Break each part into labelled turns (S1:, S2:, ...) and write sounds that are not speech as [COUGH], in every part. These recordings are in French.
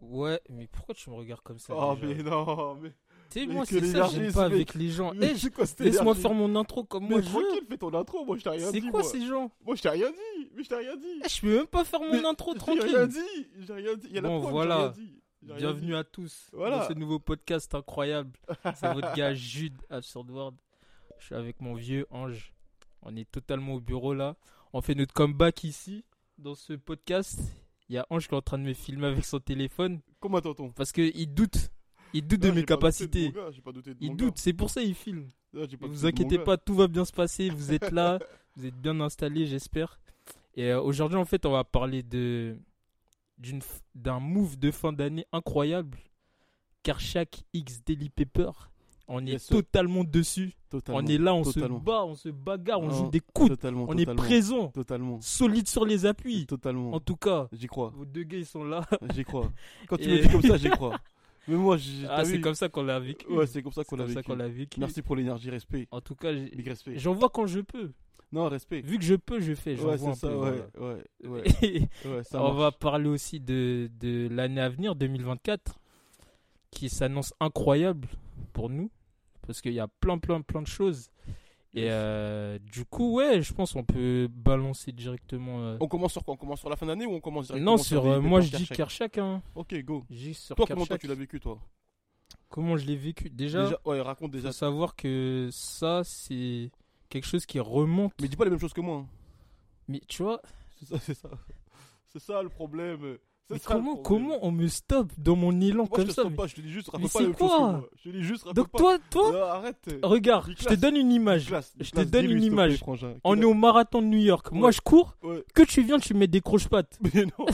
S1: Ouais, mais pourquoi tu me regardes comme ça
S2: Oh,
S1: déjà
S2: mais non, mais.
S1: Tu sais,
S2: mais
S1: moi,
S2: que
S1: c'est ça, j'aime pas
S2: l'énergie, ce mec.
S1: avec les
S2: [LAUGHS]
S1: gens.
S2: Mais
S1: Eh,
S2: c'est quoi cette
S1: Laisse-moi
S2: énergie
S1: faire mon intro comme moi
S2: Mais
S1: je veux.
S2: tranquille, fais ton intro, moi je t'ai rien
S1: C'est
S2: dit.
S1: quoi
S2: moi.
S1: ces gens
S2: Moi je t'ai rien dit, mais je t'ai rien dit.
S1: Eh, Je peux même pas
S2: [LAUGHS]
S1: faire mon
S2: Mais
S1: intro
S2: J'ai rien
S1: tranquille.
S2: dit, j'ai rien dit. Il y a
S1: Bon,
S2: la preuve,
S1: voilà.
S2: j'ai rien dit. J'ai rien
S1: Bienvenue
S2: dit.
S1: à tous
S2: Voilà.
S1: dans ce nouveau podcast incroyable. C'est
S2: [LAUGHS]
S1: votre gars Jude Absurd World. Je suis avec mon vieux Ange. On est totalement au bureau là. On fait notre comeback ici dans ce podcast. Il y a Ange qui est en train de me filmer avec son téléphone
S2: Comment tonton
S1: parce que il doute. Il doute
S2: Non,
S1: de mes
S2: j'ai pas douté de
S1: capacités.
S2: mon gars, J'ai pas douté de mon
S1: Il
S2: gars.
S1: doute, c'est pour ça il filme.
S2: Non, j'ai pas
S1: Ne
S2: douté
S1: vous
S2: de mon
S1: inquiétez
S2: gars.
S1: pas, tout va bien se passer. Vous êtes là, [LAUGHS] vous êtes bien installés, j'espère. Et euh, aujourd'hui, en fait, on va parler de d'une f- d'un move de fin d'année incroyable. Karchak X Daily Paper. On est
S2: Yes, sir.
S1: totalement dessus.
S2: Totalement,
S1: on est là, on
S2: totalement.
S1: se bat, on se bagarre, on
S2: Non,
S1: joue des coudes.
S2: Totalement,
S1: On est
S2: totalement,
S1: présent,
S2: Totalement.
S1: solide sur les appuis.
S2: Totalement.
S1: En tout cas,
S2: J'y
S1: [LAUGHS]
S2: crois,
S1: vos deux gars, ils sont là.
S2: j'y crois. Quand tu
S1: Et-
S2: me dis comme
S1: [LAUGHS]
S2: ça, j'y crois. Mais moi, j'ai.
S1: Ah,
S2: t'as
S1: c'est
S2: vu
S1: comme ça qu'on l'a vécu.
S2: Ouais, c'est comme ça qu'on
S1: C'est
S2: l'a
S1: comme ça
S2: vécu.
S1: qu'on l'a vécu.
S2: Merci pour l'énergie, respect.
S1: En tout cas, j'ai-
S2: Big respect.
S1: j'en vois quand je peux.
S2: Non, respect.
S1: Vu que je peux, je fais. J'en
S2: Ouais,
S1: vois
S2: c'est
S1: un
S2: ça,
S1: peu,
S2: ouais,
S1: voilà.
S2: ouais, ouais.
S1: [LAUGHS] Et-
S2: ouais, ça
S1: On
S2: marche.
S1: va parler aussi de, de l'année à venir, 2024, qui s'annonce incroyable pour nous, parce qu'il y a plein, plein, plein de choses. Et
S2: Yes.
S1: euh, du coup, ouais, je pense qu'on peut balancer directement. euh,
S2: On commence sur quoi On commence sur la fin d'année ou on commence directement
S1: non, sur.
S2: des-
S1: euh,
S2: des
S1: moi, je
S2: portes
S1: dis
S2: Kershak
S1: Kershak. Hein.
S2: Ok, go.
S1: Je dis sur
S2: Toi,
S1: Kershak.
S2: comment toi tu l'as vécu, toi
S1: Comment je l'ai vécu Déjà,
S2: Déjà, ouais, raconte
S1: faut
S2: déjà.
S1: savoir que ça, c'est quelque chose qui remonte.
S2: Mais dis pas les mêmes choses que moi. hein.
S1: Mais tu vois,
S2: C'est ça, c'est ça. [LAUGHS] C'est ça le problème. C'est
S1: mais
S2: ça, le
S1: comment,
S2: problème.
S1: comment on me stoppe dans mon élan
S2: Moi, je
S1: comme
S2: te
S1: ça
S2: stoppe
S1: mais-
S2: pas, je te dis juste,
S1: mais
S2: raconte pas
S1: c'est
S2: les mêmes choses que
S1: quoi
S2: moi. Je te dis juste, raconte
S1: Donc,
S2: pas.
S1: toi, toi,
S2: Non, arrête.
S1: [LAUGHS] regarde, je te
S2: Nicolas,
S1: donne une image.
S2: Nicolas,
S1: je te
S2: Nicolas,
S1: donne une
S2: dis-lui, s'il te plaît,
S1: image.
S2: frangin.
S1: On est au marathon de New York. Moi,
S2: Ouais.
S1: je cours.
S2: Ouais. [LAUGHS]
S1: Que tu viens, tu mets des croche-pattes.
S2: Mais non,
S1: oh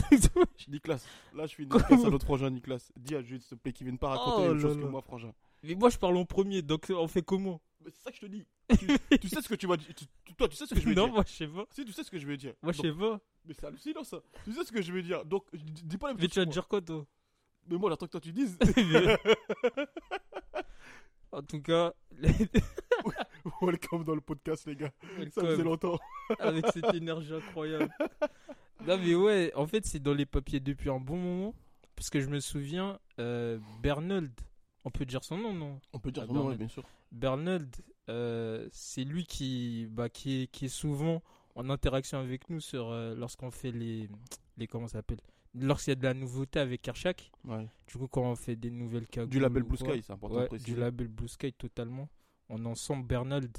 S2: Nicolas, là
S1: [LAUGHS]
S2: je suis
S1: Comment
S2: Nicolas, c'est notre frangin Nicolas. Dis à Jude s'il te plaît qu'il vienne pas raconter
S1: Oh
S2: les mêmes
S1: là
S2: choses que
S1: là.
S2: moi, frangin.
S1: [LAUGHS] Mais moi, je parle en premier, donc on fait comment
S2: Mais C'est ça que je te dis. Tu, tu sais ce que tu vas dire. tu- Toi, tu sais ce que je vais
S1: Non,
S2: dire.
S1: moi, je sais pas.
S2: Si, tu sais ce que je vais dire.
S1: Moi, je
S2: Donc,
S1: sais pas.
S2: Mais c'est hallucinant ça. Tu sais ce que je veux dire. Donc, d- dis pas les mêmes
S1: Mais
S2: choses
S1: tu vas
S2: que moi.
S1: dire quoi, [LAUGHS] toi
S2: Mais moi, j'attends que toi tu dises. [LAUGHS]
S1: En tout cas, [LAUGHS]
S2: Welcome dans le podcast, les gars. Ça faisait
S1: welcome,
S2: longtemps.
S1: [LAUGHS] avec cette énergie incroyable. Non, mais ouais, en fait, c'est dans les papiers depuis un bon moment. Parce que je me souviens, euh, Bernold, on peut dire son nom, Ah, non
S2: On peut
S1: dire son nom, ouais,
S2: bien sûr.
S1: Bernold, euh, c'est lui qui, bah, qui, est, qui est souvent en interaction avec nous sur euh, lorsqu'on fait les, les comment ça s'appelle Lorsqu'il y a de la nouveauté avec Karchak, du coup quand on fait des nouvelles cagoules
S2: Du label
S1: ou
S2: Blue
S1: quoi.
S2: Sky, c'est important
S1: ouais,
S2: de préciser.
S1: du label Blue Sky totalement. On est ensemble Bernold.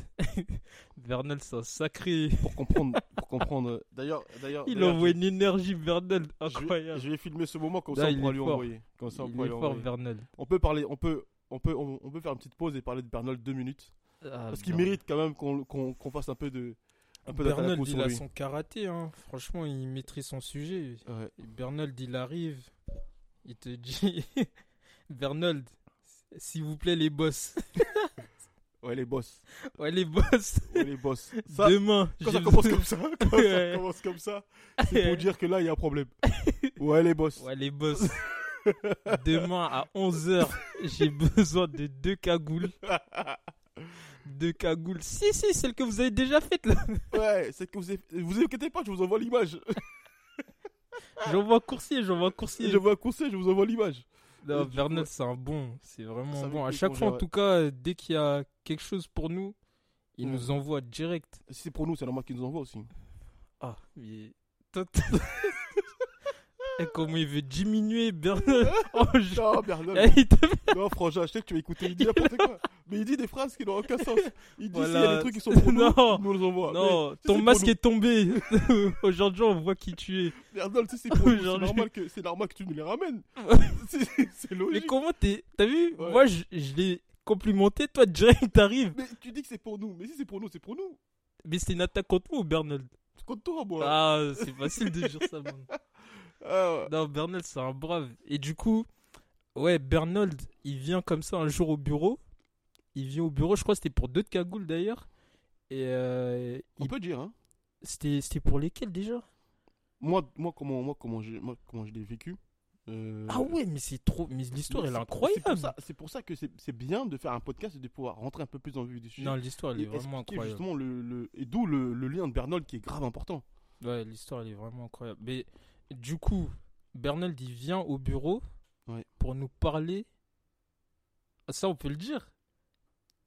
S1: Bernold c'est un sacré.
S2: Pour comprendre. pour comprendre. D'ailleurs, d'ailleurs.
S1: Il
S2: d'ailleurs,
S1: envoie
S2: je-
S1: une énergie Bernold
S2: je vais-
S1: incroyable.
S2: Je vais filmer ce moment comme
S1: Là,
S2: ça
S1: il
S2: on pourra
S1: est
S2: lui
S1: fort.
S2: envoyer. Comme ça on
S1: Il
S2: pourra
S1: est
S2: lui
S1: fort
S2: envoyer.
S1: Bernold.
S2: On peut parler, on peut, on peut, on, on peut faire une petite pause et parler de Bernold deux minutes.
S1: Ah,
S2: Parce qu'il mérite quand même qu'on qu'on qu'on fasse un peu de, un peu d'attaque à
S1: Bernold
S2: coup
S1: il
S2: sur
S1: a
S2: lui.
S1: son karaté hein. Franchement il maîtrise son sujet.
S2: Ouais.
S1: Et Bernold, il arrive. Il te dit [LAUGHS] Bernold, s'il vous plaît, les boss.
S2: Ouais, les boss.
S1: Ouais, les boss.
S2: [LAUGHS] Ouais, les boss. Ça,
S1: Demain,
S2: Quand
S1: j'ai
S2: ça commence
S1: besoin-
S2: comme ça, [LAUGHS] quand ça
S1: Ouais.
S2: commence comme ça,
S1: [LAUGHS]
S2: c'est pour dire que là il y a un problème. Ouais les boss.
S1: Ouais, les boss.
S2: [LAUGHS]
S1: Demain à 11h, j'ai besoin de deux cagoules. Deux cagoules. Si, si, celle que vous avez déjà faite
S2: [LAUGHS]
S1: là.
S2: Ouais, c'est que vous avez- vous inquiétez pas, je vous
S1: [LAUGHS]
S2: envoie l'image.
S1: J'envoie coursier, j'envoie coursier.
S2: Je vous un conseil, je vous envoie l'image.
S1: Non,
S2: Et du coup,
S1: Bernard, c'est un bon. C'est vraiment
S2: Ça
S1: bon.
S2: veut
S1: À
S2: dire
S1: chaque
S2: qu'on
S1: fois, en
S2: verra.
S1: tout cas, euh, dès qu'il y a quelque chose pour nous, il
S2: Mm.
S1: nous envoie direct.
S2: Si c'est pour nous, c'est normal qu'ils nous envoient aussi.
S1: Ah, mais. Toi, t'es- [LAUGHS] Eh, comment il veut diminuer
S2: [LAUGHS]
S1: Bernard Oh, [LAUGHS] je-
S2: Non, Bernard,
S1: [LAUGHS] Eh, il te-
S2: non, frangin, je sais que tu vas écouter, il dit n'importe quoi. Mais il dit des phrases qui n'ont aucun sens. Il dit s'il y a
S1: Voilà.
S2: des trucs qui sont
S1: [LAUGHS]
S2: pour nous,
S1: Non.
S2: il nous les envoie.
S1: Non,
S2: si
S1: ton
S2: c'est
S1: masque
S2: pour nous.
S1: est tombé. [LAUGHS] Aujourd'hui, on voit qui tu es.
S2: Mais Bernard, si c'est pour nous, c'est
S1: Aujourd'hui.
S2: normal, que, c'est normal que tu nous
S1: [LAUGHS]
S2: les ramènes. [LAUGHS] C'est- c'est
S1: Mais
S2: logique.
S1: comment t'es. T'as vu
S2: Ouais.
S1: Moi, je, je l'ai complimenté. Toi, direct, t'arrives.
S2: Mais tu dis que c'est pour nous, mais si c'est pour nous, c'est pour nous.
S1: Mais c'est une attaque contre nous, Bernard.
S2: Tu comptes toi, moi. [LAUGHS]
S1: Ah, c'est facile de dire ça, man.
S2: Ah, ouais.
S1: Non, Bernold, c'est un brave. Et du coup, ouais, Bernold, il vient comme ça un jour au bureau. Il vient au bureau, je crois que c'était pour deux de cagoules d'ailleurs. Et euh,
S2: On
S1: il-
S2: peut dire, hein.
S1: c'était c'était pour lesquels déjà
S2: Euh, Moi, moi, comment, moi, comment, j'ai- moi, comment je l'ai vécu. euh,
S1: Ah ouais, mais c'est trop. Mais l'histoire,
S2: mais
S1: elle est
S2: c'est pour- c'est pour
S1: incroyable.
S2: ça- C'est pour ça que c'est c'est bien de faire un podcast et de pouvoir rentrer un peu plus dans le vif du sujet.
S1: Non, l'histoire, elle
S2: Et
S1: est vraiment
S2: expliquer
S1: incroyable.
S2: justement le, le- et d'où le, le lien de Bernold qui est grave important.
S1: Ouais, l'histoire, elle est vraiment incroyable. Mais du coup, Bernold, il vient au bureau
S2: Ouais.
S1: pour nous parler. Ah, Ça, on peut le dire.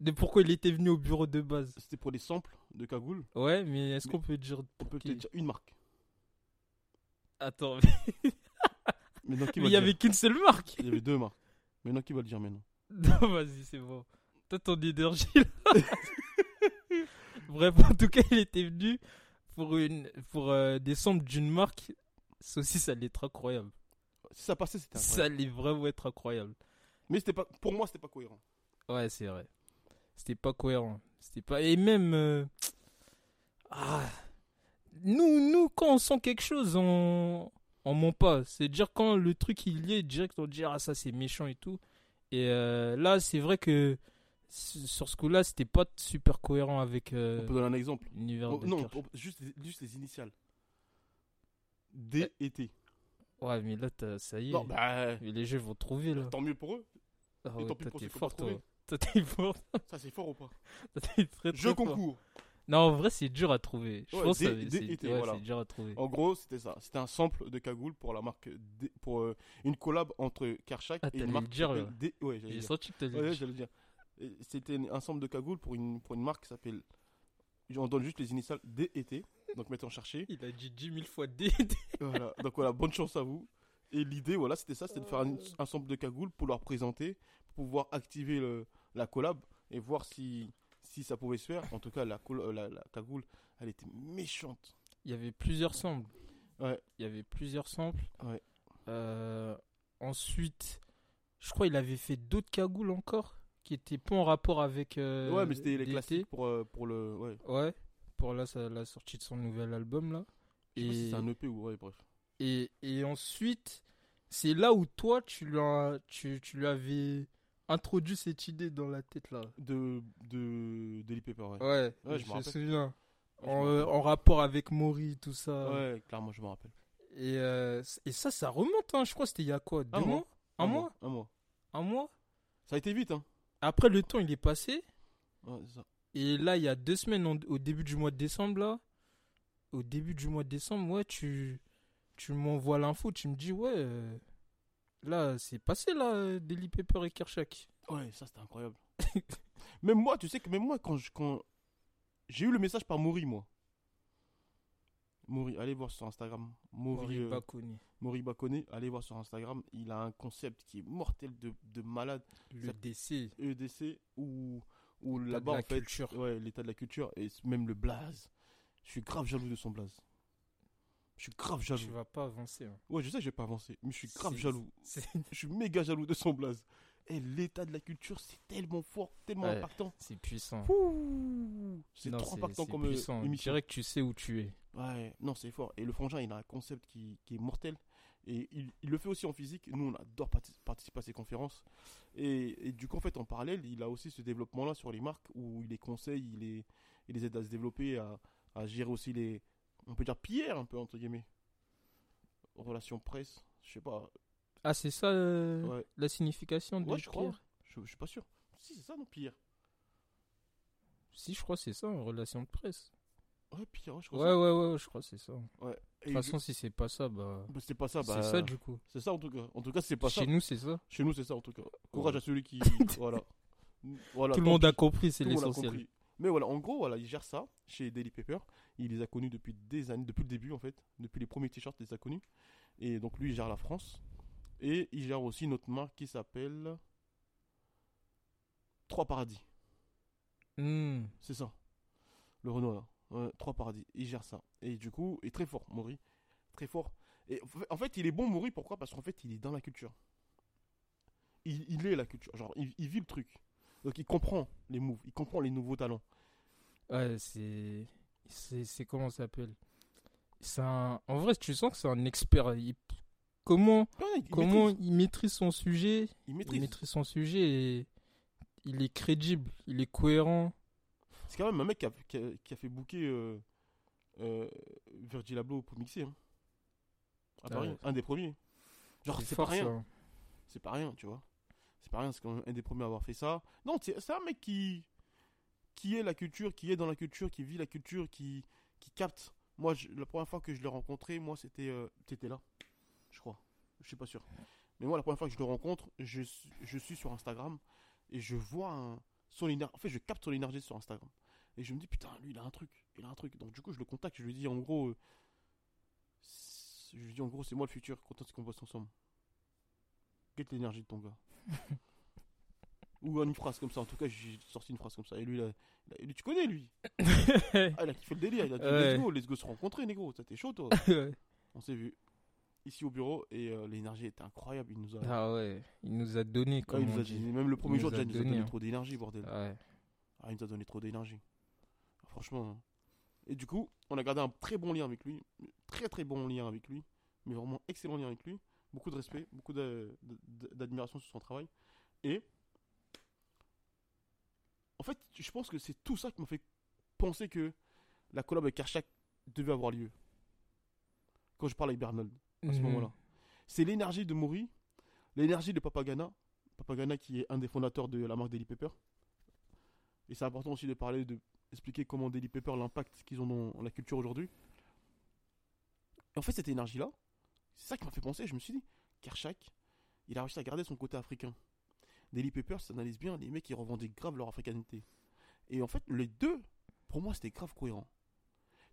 S1: De pourquoi il était venu au bureau de base.
S2: C'était pour les samples de cagoule.
S1: Ouais, mais est-ce
S2: Mais-
S1: qu'on peut dire.
S2: On peut
S1: pour qui
S2: peut-être dire une marque.
S1: Attends,
S2: Mais non,
S1: [LAUGHS]
S2: qui
S1: mais il
S2: va le
S1: y
S2: dire
S1: avait qu'une seule marque.
S2: Il y avait deux marques. Mais non, qui va le dire maintenant
S1: [LAUGHS] Non, vas-y, c'est bon. Toi, ton [LAUGHS] énergie, là. Bref, en tout cas, il était venu pour, une, pour euh, des samples d'une marque. Ça aussi, ça allait être incroyable.
S2: Si ça passait, c'était
S1: Ça
S2: incroyable.
S1: allait vraiment être incroyable.
S2: Mais c'était pas, pour moi, c'était pas cohérent.
S1: Ouais, c'est vrai. C'était pas cohérent. C'était pas. Et même. euh, Ah. Nous, nous, quand on sent quelque chose, on. On ment pas. C'est dire quand le truc il y est direct, on dit ah ça c'est méchant et tout. Et euh, là, c'est vrai que s- sur ce coup-là, c'était pas super cohérent avec euh,
S2: On peut donner un exemple.
S1: l'univers.
S2: Oh,
S1: de
S2: non,
S1: Kirsch.
S2: on- juste, les- juste les initiales. D et T.
S1: Ouais, mais là, t'as- ça y est.
S2: Non, bah,
S1: Mais les jeux vont trouver là.
S2: tant mieux pour eux.
S1: Ah
S2: et
S1: ouais,
S2: tant pis
S1: toi,
S2: pour
S1: t'es
S2: ceux qui ont
S1: fort,
S2: pas
S1: toi.
S2: trouvé.
S1: Toi, t'es fort.
S2: Ça, c'est fort ou pas
S1: Toi, [LAUGHS] t'es très,
S2: Jeu
S1: très fort.
S2: concours.
S1: Non, en vrai, c'est dur à trouver. Je
S2: Ouais,
S1: pense que
S2: dé-
S1: ça-
S2: dé-
S1: c'est
S2: été,
S1: ouais,
S2: voilà.
S1: c'est dur à trouver.
S2: En gros, c'était ça. C'était un sample de cagoule pour la marque D, pour euh, une collab entre Karchak
S1: Ah,
S2: et
S1: t'allais
S2: une marque
S1: le dire,
S2: qui
S1: là.
S2: s'appelle D. Ouais, j'allais
S1: J'ai
S2: dire.
S1: senti que t'allais
S2: Ouais,
S1: le dire.
S2: j'allais dire. Et C'était une- un sample de cagoule pour une, pour une marque qui s'appelle. On donne juste les initiales D et T. Donc,
S1: [LAUGHS]
S2: mettons chercher.
S1: Il a dit 10 000 fois D.
S2: Voilà. Donc, voilà, bonne chance à vous. Et l'idée, voilà, c'était ça c'était de faire un,
S1: Euh.
S2: un sample de cagoule pour leur présenter, pour pouvoir activer le- la collab et voir si, si ça pouvait se faire. En tout cas, la, col- euh, la, la cagoule, elle était méchante.
S1: [LAUGHS] Il y avait plusieurs samples.
S2: Ouais.
S1: Il y avait plusieurs samples.
S2: Ouais.
S1: Euh, ensuite, je crois qu'il avait fait d'autres cagoules encore qui étaient pas en rapport avec. euh,
S2: ouais, mais c'était les
S1: DT.
S2: classiques pour, euh, pour le. Ouais.
S1: Ouais. Pour là, ça- la sortie de son nouvel album là.
S2: Je sais pas si
S1: Et,
S2: c'est un EP ou ouais, bref.
S1: et, et ensuite, c'est là où toi, tu lui, as- tu, tu lui avais introduit cette idée dans la tête là.
S2: De, de, de l'IPP, ouais.
S1: Ouais,
S2: Ouais, je
S1: je,
S2: me
S1: me
S2: rappelle.
S1: souviens.
S2: Ouais,
S1: Euh,
S2: je
S1: En,
S2: me
S1: euh,
S2: rappelle.
S1: en euh. rapport avec Maury, tout ça.
S2: Ouais, clairement, je me rappelle.
S1: Et, euh, c- et ça, ça remonte, hein. je crois que c'était il y a quoi Deux
S2: Un
S1: mois,
S2: mois.
S1: Un mois
S2: Un mois.
S1: Un mois
S2: Ça a été vite, hein.
S1: Après, le temps, il est passé.
S2: Ouais, c'est ça.
S1: Et là, il y a deux semaines, en- au début du mois de décembre, là. Au début du mois de décembre, ouais, tu, tu m'envoies l'info, tu me dis, ouais, euh, là, c'est passé, là, euh, Daily Paper et Kershak.
S2: Ouais, ça
S1: [LAUGHS]
S2: c'était incroyable. même moi, tu sais que même moi, quand je- quand j'ai eu le message par Mori, moi. Mori, allez voir sur Instagram. Mori,
S1: Maury
S2: euh,
S1: Bakoni.
S2: Mori Bakone, allez voir sur Instagram. Il a un concept qui est mortel de, de malade.
S1: Le
S2: ça-
S1: décès.
S2: EDC E ou ou
S1: de
S2: là-bas
S1: la
S2: en fait.
S1: culture.
S2: Ouais, l'état de la culture et c- même le blaze. Je suis grave jaloux de son blaze. Je suis grave
S1: Tu
S2: jaloux.
S1: vas pas avancer. hein. [LAUGHS]
S2: Ouais, je sais que j'ai pas avancé, mais je suis grave
S1: C'est-
S2: jaloux.
S1: c'est-
S2: Je suis méga jaloux de son blaze. Et l'état de la culture, c'est tellement fort, tellement
S1: Ouais.
S2: impactant.
S1: C'est puissant.
S2: Ouh, C'est
S1: Non,
S2: trop impactant
S1: c'est
S2: comme euh,
S1: puissant.
S2: émission.
S1: dirais que tu sais où tu es.
S2: Ouais, non, c'est fort. Et le frangin, il a un concept qui, qui est mortel. Et il, il le fait aussi en physique. Nous, on adore parti- participer à ses conférences. Et, et du coup, en fait, en parallèle, il a aussi ce développement-là sur les marques où il les conseille, il les, il les aide à se développer, à, à gérer aussi les. On peut dire pierre un peu, entre guillemets. Relation presse, je sais pas.
S1: Ah, c'est ça euh,
S2: Ouais,
S1: la signification de
S2: Ouais, je crois.
S1: Pierre
S2: je, je suis pas sûr. Si, c'est ça, non, pierre.
S1: Si, je crois que c'est ça, en relation de presse.
S2: Ouais, pierre, ouais, je crois.
S1: Ouais, ouais, ouais, ouais, je crois que c'est ça. De
S2: Et
S1: toute façon, si c'est pas ça, bah.
S2: bah, c'est pas ça, bah.
S1: c'est ça du coup.
S2: C'est ça en tout cas. En tout cas, c'est pas
S1: Chez
S2: ça.
S1: nous, c'est ça.
S2: Chez nous, c'est ça en tout cas. Courage à celui qui. voilà. Voilà,
S1: Tout le
S2: tant
S1: monde
S2: pis,
S1: a compris, c'est
S2: tout le monde a
S1: l'essentiel.
S2: compris. Mais voilà, en gros, voilà, il gère ça chez Daily Paper. Il les a connus depuis des années, depuis le début en fait. Depuis les premiers t-shirts, il les a connus. Et donc lui, il gère la France. Et il gère aussi notre marque qui s'appelle. Trois Paradis.
S1: Hmm.
S2: C'est ça. Le Renault là. Ouais, Trois Paradis. Il gère ça. Et du coup, il est très fort, Maury. Très fort. Et en fait- en fait, il est bon, Maury, pourquoi Parce qu'en fait, il est dans la culture. Il, il est la culture. Genre, il, il vit le truc. Donc, il comprend les moves. Il comprend les nouveaux talents.
S1: Ouais, c'est. C'est c'est- comment ça s'appelle c'est un- En vrai, tu sens que c'est un expert. Il- Comment,
S2: Ouais, il
S1: comment
S2: maîtrise,
S1: il maîtrise son sujet
S2: il
S1: Il
S2: maîtrise.
S1: maîtrise son sujet et il est crédible, il est cohérent.
S2: C'est quand même un mec qui a, qui a- qui a fait bouquer euh, euh, Virgil Abloh pour mixer. hein. à
S1: Ah
S2: Paris,
S1: ouais.
S2: un des premiers. Genre, c'est pas
S1: fort,
S2: rien.
S1: ça.
S2: C'est pas rien, tu vois. C'est pas rien, c'est quand même un des premiers à avoir fait ça. Non, c'est c'est un mec qui. qui est la culture, qui est dans la culture, qui vit la culture, qui, qui capte. Moi, je- la première fois que je l'ai rencontré, moi, c'était. euh, T'étais là, je crois. Je suis pas sûr. Mais moi, la première fois que je le rencontre, je, suis- je suis sur Instagram et je vois un- son énergie. En fait, je capte son énergie sur Instagram. Et je me dis, putain, lui, il a un truc. Il a un truc. Donc, du coup, je le contacte, je lui dis, en gros. euh, c'est- je lui dis, en gros, c'est moi le futur, content qu'on bosse ensemble. Get l'énergie de ton gars. Ou une phrase comme ça, en tout cas, j'ai sorti une phrase comme ça. Et lui, il a- il a- lui, tu connais lui
S1: [LAUGHS]
S2: Ah, il a kiffé le délire, il a dit
S1: Ouais.
S2: let's go, let's go se rencontrer, négro, ça t'es chaud toi. On s'est vu ici au bureau et euh, l'énergie était incroyable. Il nous a,
S1: ah ouais, il nous a donné,
S2: Ah,
S1: comme
S2: il nous
S1: on
S2: a-
S1: dit.
S2: même le premier
S1: nous
S2: jour,
S1: a
S2: déjà, il nous a
S1: donné,
S2: donné
S1: hein.
S2: trop d'énergie, bordel.
S1: Ouais.
S2: Ah, il nous a donné trop d'énergie. Franchement. Et du coup, on a gardé un très bon lien avec lui. Très très bon lien avec lui. Mais vraiment excellent lien avec lui. Beaucoup de respect, beaucoup d'a- d'a- d'admiration sur son travail. Et. En fait, je pense que c'est tout ça qui m'a fait penser que la collab avec Karchak devait avoir lieu. Quand je parle avec Bernold à ce
S1: Mhm.
S2: moment-là. C'est l'énergie de Mori, l'énergie de Papagana, Papagana qui est un des fondateurs de la marque Daily Paper. Et c'est important aussi de parler, de expliquer comment Daily Paper, l'impact qu'ils ont dans la culture aujourd'hui. Et en fait, cette énergie-là, c'est ça qui m'a fait penser. Je me suis dit, Kershak, il a réussi à garder son côté africain. Daily Paper s'analyse bien, les mecs, ils revendiquent grave leur africanité. Et en fait, les deux, pour moi, c'était grave cohérent.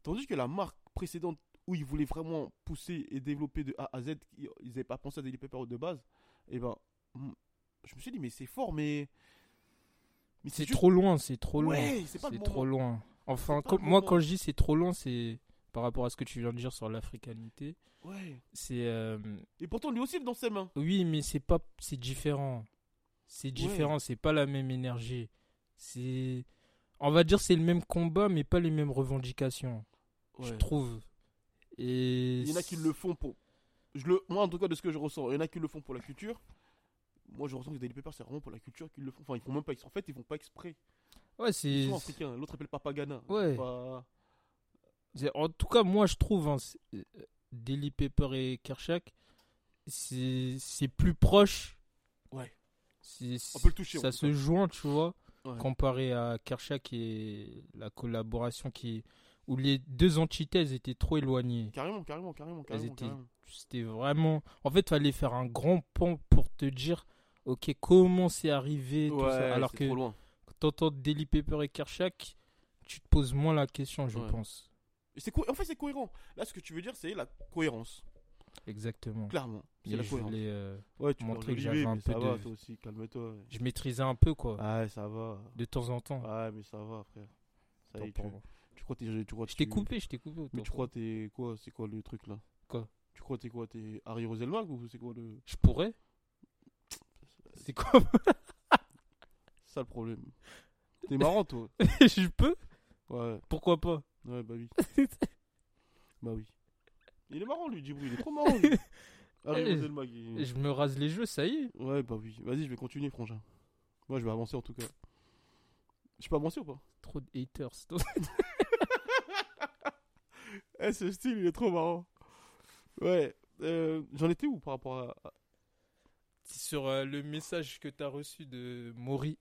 S2: Tandis que la marque précédente, où ils voulaient vraiment pousser et développer de A à Z, ils n'avaient pas pensé à Daily Paper de base, et ben, mm, je me suis dit, mais c'est fort, mais. Mais
S1: C'est
S2: juste-
S1: trop loin, c'est trop loin.
S2: Ouais, c'est pas le
S1: c'est
S2: moment.
S1: trop loin. Enfin,
S2: C'est pas
S1: comme-
S2: le
S1: moi,
S2: moment.
S1: quand je dis c'est trop loin, c'est par rapport à ce que tu viens de dire sur l'africanité.
S2: Ouais.
S1: C'est. euh,
S2: Et pourtant, lui aussi, il est dans ses mains.
S1: Oui, mais c'est pas. C'est différent. C'est différent, c'est pas la même énergie. C'est. On va dire c'est le même combat, mais pas les mêmes revendications, je trouve. Et
S2: Il y en a qui le font pour. Je le... Moi, en tout cas, de ce que je ressens, il y en a qui le font pour la culture. Moi, je ressens que Daily Paper, c'est vraiment pour la culture qu'ils le font. Enfin, ils font même pas ex- En fait, ils font pas exprès.
S1: Ouais,
S2: Ils
S1: c'est.
S2: sont africains. L'autre appelle Papagana.
S1: Ouais.
S2: C'est pas-
S1: C'est- En tout cas, moi, je trouve hein, c'est- euh, Daily Paper et Kershak, c'est c'est plus proche.
S2: Ouais.
S1: C'est-
S2: On peut le toucher, en
S1: Ça
S2: tout
S1: se
S2: cas.
S1: joint, tu vois,
S2: Ouais.
S1: comparé à Kershak et la collaboration qui où les deux antithèses étaient trop éloignées.
S2: Carrément, carrément, carrément, carrément.
S1: étaient-
S2: carrément.
S1: C'était vraiment. En fait, fallait faire un grand pont pour te dire, ok, comment c'est arrivé, tout ça.
S2: Ouais,
S1: Alors
S2: c'est
S1: que
S2: trop loin.
S1: quand t'entends Daily Paper et Kershak, tu te poses moins la question, je
S2: Ouais.
S1: pense.
S2: Et c'est co- En fait, c'est cohérent. Là, ce que tu veux dire, c'est la cohérence.
S1: Exactement.
S2: Clairement. C'est
S1: Mais
S2: la hein.
S1: je
S2: cohérence.
S1: voulais, euh,
S2: Ouais,
S1: montrer
S2: tu parles
S1: que
S2: d'Olivier,
S1: j'avais un
S2: mais
S1: peu
S2: ça va,
S1: de-
S2: toi aussi, calme-toi. ouais.
S1: je maîtrisais un peu quoi,
S2: Ouais, ça va.
S1: de temps en temps.
S2: Ouais, mais ça va, frère. Ça y
S1: Tant
S2: est, tu,
S1: pour moi.
S2: tu crois que t'es- tu crois que
S1: Je t'ai
S2: euh, tu-
S1: coupé, je t'ai coupé. autant
S2: Mais tu
S1: pour
S2: crois
S1: moi.
S2: t'es quoi C'est quoi le truc là
S1: Quoi
S2: Tu crois t'es quoi T'es Harry Roselmag ou c'est quoi le
S1: Je pourrais. C'est quoi [LAUGHS]
S2: C'est ça le problème T'es
S1: [LAUGHS]
S2: marrant toi.
S1: Je peux
S2: Ouais,
S1: Pourquoi
S2: [LAUGHS]
S1: pas
S2: ouais bah oui. bah oui. Il est marrant lui, Djibril, il est trop marrant.
S1: [LAUGHS]
S2: Lui. Harry
S1: Eh,
S2: Roselmag. il-
S1: Je me rase les jeux, ça y est.
S2: Ouais bah oui. Vas-y, je vais continuer frangin. Moi je vais avancer en tout cas. Je peux avancer
S1: [LAUGHS]
S2: ou pas
S1: Trop de haters.
S2: Eh ce style il est trop marrant. Ouais. euh, J'en étais où par rapport à, à-
S1: C'est sur euh, le message que t'as reçu de Maury.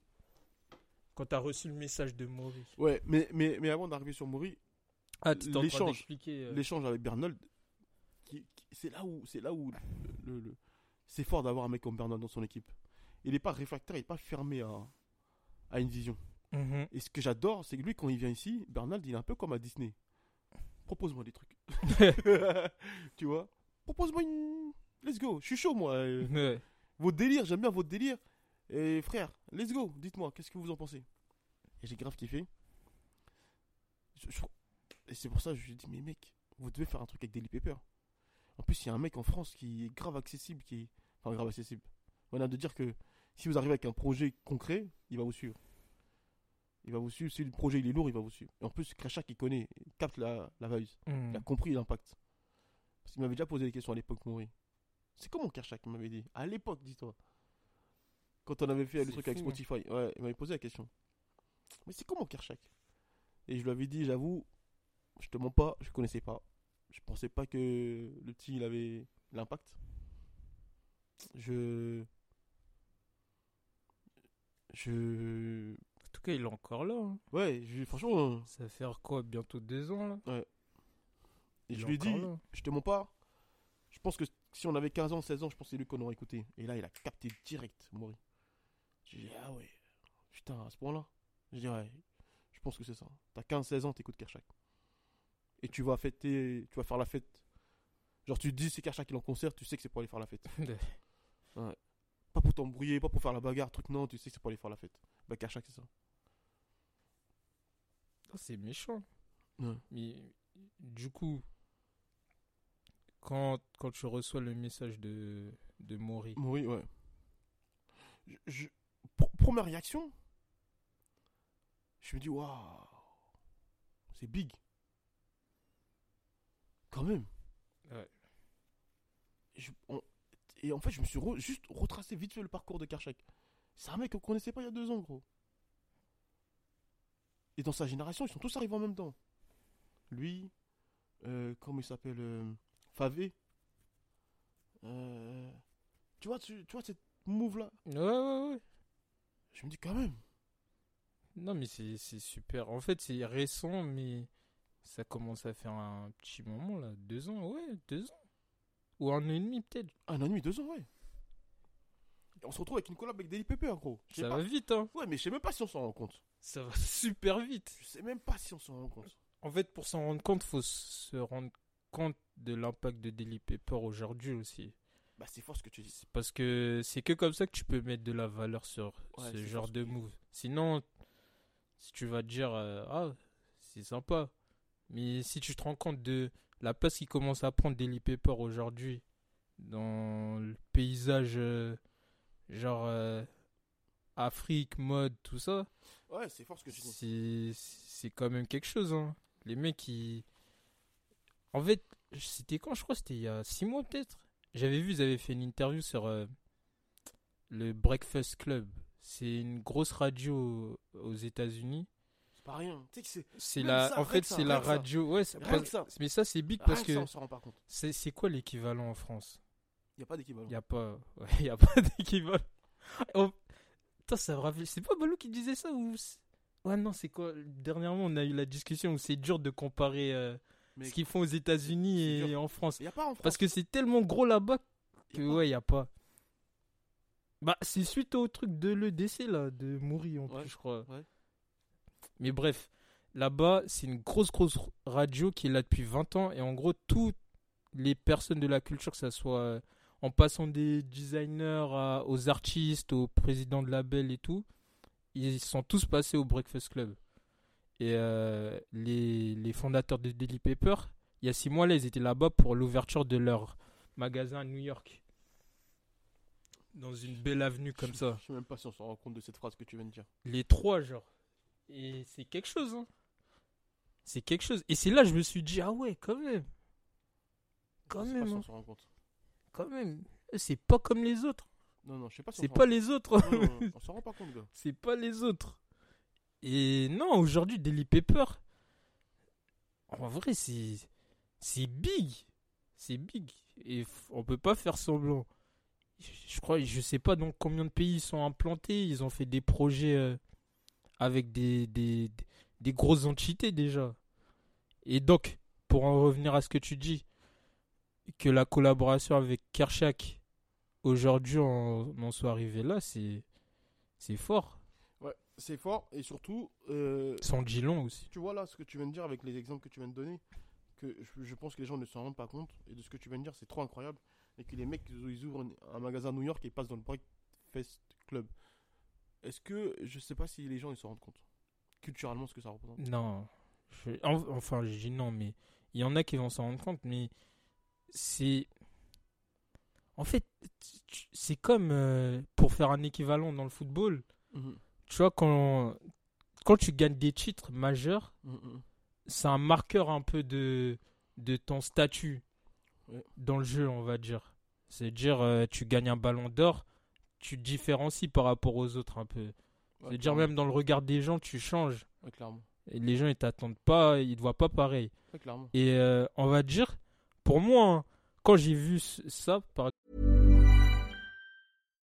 S1: Quand t'as reçu le message de Maury.
S2: Ouais, mais, mais, mais avant d'arriver sur Mori,
S1: Ah, t'étais en train
S2: L'échange.
S1: d'expliquer. euh,
S2: l'échange avec Bernold, qui, qui- c'est là où c'est là où le, le- le- c'est fort d'avoir un mec comme Bernold dans son équipe. Il n'est pas réfractaire, il n'est pas fermé à, à une vision.
S1: mhm.
S2: Et ce que j'adore, c'est que lui, quand il vient ici, Bernold, il est un peu comme à Disney. Propose-moi des trucs. [LAUGHS] tu vois Propose-moi une. Let's go, je suis chaud moi.
S1: [LAUGHS]
S2: euh,
S1: Ouais.
S2: Vos délires, j'aime bien votre délire. Et frère, let's go, dites-moi, qu'est-ce que vous en pensez Et j'ai grave kiffé. Je- je- Et c'est pour ça que je lui ai dit, mais mec, vous devez faire un truc avec Daily Paper. En plus, il y a un mec en France qui est grave accessible, qui est... Enfin, grave accessible. On a de dire que si vous arrivez avec un projet concret, il va vous suivre. Il va vous suivre. Si le projet il est lourd, il va vous suivre. Et en plus, Crachat qui connaît, il capte la, la vibe.
S1: Hmm.
S2: Il a compris l'impact. Parce qu'il m'avait déjà posé des questions à l'époque, Moury. C'est comment Kershak il m'avait dit À l'époque, dis-toi. Quand on avait fait le
S1: C'est
S2: truc avec
S1: fou, hein.
S2: Spotify, ouais, il m'avait posé la question. Mais c'est comment Kershak Et je lui avais dit, j'avoue, je te mens pas, je connaissais pas. Je pensais pas que le petit il avait l'impact. Je. Je.
S1: En tout cas, il est encore là. hein.
S2: Ouais, je- franchement.
S1: Ça va faire quoi Bientôt deux ans là
S2: Et
S1: Il
S2: je
S1: est
S2: lui ai dit,
S1: encore là.
S2: je te mens pas. Je pense que si on avait 15 ans, 16 ans, je pense que c'est lui qu'on aurait écouté. Et là, il a capté direct, Mori. J'ai dit, ah ouais, putain, à ce point-là. J'ai dit, ouais, je pense que c'est ça. T'as 15, 16 ans, t'écoutes Kershak. Et tu vas fêter, tu vas faire la fête. Genre, tu te dis, c'est Kershak qui est en concert, tu sais que c'est pour aller faire la fête.
S1: [LAUGHS]
S2: Ouais. Pas pour t'embrouiller, pas pour faire la bagarre, truc, non, tu sais que c'est pour aller faire la fête. Bah, Kershak, c'est ça.
S1: Ah, C'est méchant.
S2: Ouais.
S1: Mais du coup, quand, quand tu reçois le message de, de Maury,
S2: Oui, ouais. Je, je- pr- première réaction, je me dis, waouh, c'est big. Quand même.
S1: Ouais.
S2: Je- on- et en fait, je me suis re- juste retracé vite fait le parcours de Karchak. C'est un mec qu'on connaissait pas il y a deux ans, gros. Et dans sa génération, ils sont tous arrivés en même temps. Lui, euh, comment il s'appelle euh, Favé. Euh, tu vois, tu, tu vois cette move là
S1: ouais, ouais, ouais.
S2: Je me dis quand même.
S1: Non, mais c'est c'est super. En fait, c'est récent, mais ça commence à faire un petit moment là. Deux ans, ouais, deux ans. Ou un an et demi peut-être.
S2: Un an et demi, deux ans, ouais. Et on se retrouve avec une collab avec Daily Pepper, gros. Je sais
S1: Ça
S2: pas.
S1: va vite, hein.
S2: Ouais, mais je sais même pas si on s'en rend compte.
S1: Ça va [LAUGHS] super vite.
S2: Je sais même pas si on s'en rend compte.
S1: En fait, pour s'en rendre compte, faut se rendre compte de l'impact de Daily Paper aujourd'hui aussi.
S2: Bah, c'est fort ce que tu dis.
S1: C'est parce que c'est que comme ça que tu peux mettre de la valeur sur
S2: Ouais,
S1: ce
S2: c'est
S1: genre
S2: fort ce
S1: de
S2: que tu dis.
S1: move. Sinon, si tu vas te dire euh, ah c'est sympa, mais si tu te rends compte de la place qu'il commence à prendre Daily Paper aujourd'hui dans le paysage euh, genre euh, Afrique mode tout ça,
S2: Ouais, c'est fort ce que tu dis.
S1: c'est c'est quand même quelque chose. Hein. Les mecs, qui En fait, c'était quand Je crois que c'était il y a 6 mois peut-être. J'avais vu, ils avaient fait une interview sur euh, le Breakfast Club. C'est une grosse radio aux États-Unis.
S2: C'est pas rien. Tu sais que c'est.
S1: C'est
S2: Même
S1: la,
S2: ça,
S1: en
S2: rien
S1: fait,
S2: que ça,
S1: c'est
S2: rien
S1: la
S2: que ça.
S1: radio. Ouais, c'est
S2: Rien
S1: parce-
S2: que ça.
S1: mais ça c'est big
S2: Rien
S1: parce
S2: que ça,
S1: que
S2: on s'en rend pas compte.
S1: c'est c'est quoi l'équivalent en France
S2: Y a pas d'équivalent.
S1: Il y a pas, [LAUGHS] il y a pas d'équivalent. Oh, Putain, ça me rappelle. C'est pas Balou qui disait ça ou c'est- Ouais, non, c'est quoi Dernièrement, on a eu la discussion où c'est dur de comparer euh,
S2: Mais
S1: ce qu'ils font aux États-Unis
S2: c'est
S1: et
S2: dur.
S1: en France.
S2: y a pas en France.
S1: Parce que c'est tellement gros là-bas
S2: Y
S1: que,
S2: a pas.
S1: ouais, y a pas. Bah, c'est suite au truc de l'EDC, là, de Moury, en
S2: Ouais,
S1: plus, je crois.
S2: ouais.
S1: Mais bref, là-bas, c'est une grosse, grosse radio qui est là depuis 20 ans. Et en gros, toutes les personnes de la culture, que ça soit euh, en passant des designers à- aux artistes, aux présidents de labels et tout, ils sont tous passés au Breakfast Club. Et euh, les, les fondateurs de Daily Paper, il y a six mois, là, ils étaient là-bas pour l'ouverture de leur magasin à New York. Dans une belle avenue comme
S2: Je-
S1: ça.
S2: Je sais même pas si on s'en rend compte de cette phrase que tu viens de dire.
S1: Les trois, genre. Et c'est quelque chose, hein. C'est quelque chose. Et c'est là que je me suis dit, ah ouais, quand même. Quand
S2: Je sais
S1: même,
S2: pas si
S1: hein.
S2: on s'en rend compte.
S1: Quand même. Eux, C'est pas comme les autres.
S2: Non, non, je sais pas si on
S1: C'est
S2: s'en
S1: pas
S2: rend
S1: les autres.
S2: compte. Non, non, non, On s'en rend pas compte, gars.
S1: C'est pas les autres. Et non, aujourd'hui, Daily Paper, en vrai, c'est c'est big. C'est big. Et f- on peut pas faire semblant. Je je crois, je sais pas dans combien de pays ils sont implantés. Ils ont fait des projets euh, avec des, des, des grosses entités déjà. Et donc, pour en revenir à ce que tu dis, que la collaboration avec Kershak, aujourd'hui, on on en soit arrivé là, c'est. C'est fort.
S2: Ouais, c'est fort et surtout. euh,
S1: Sans Gilon aussi.
S2: tu vois là ce que tu viens de dire avec les exemples que tu viens de donner, que je, je pense que les gens ne s'en rendent pas compte, et de ce que tu viens de dire, c'est trop incroyable, et que les mecs, ils ils ouvrent une- un magasin à New York et passent dans le Breakfast Club. Est-ce que, je sais pas si les gens ils s'en rendent compte, culturellement ce que ça représente.
S1: Non. Je- en- Enfin, je dis non, mais il y en a qui vont s'en rendre compte, mais c'est. En fait, tu- tu-
S2: Mm-hmm.
S1: c'est comme euh, pour faire un équivalent dans le football. Tu vois, quand, quand tu gagnes des titres majeurs,
S2: Mhm.
S1: c'est un marqueur un peu de, de ton statut
S2: Ouais.
S1: dans le jeu, on va dire. C'est-à-dire, euh, tu gagnes un ballon d'or, tu te différencies par rapport aux autres un peu.
S2: Ouais,
S1: C'est-à-dire,
S2: clairement.
S1: même dans le regard des gens, tu changes.
S2: Ouais, clairement.
S1: Et les gens, ils t'attendent pas, ils te voient pas pareil.
S2: Ouais, clairement.
S1: Et euh, on va dire, pour moi, hein, quand j'ai vu ce- ça, par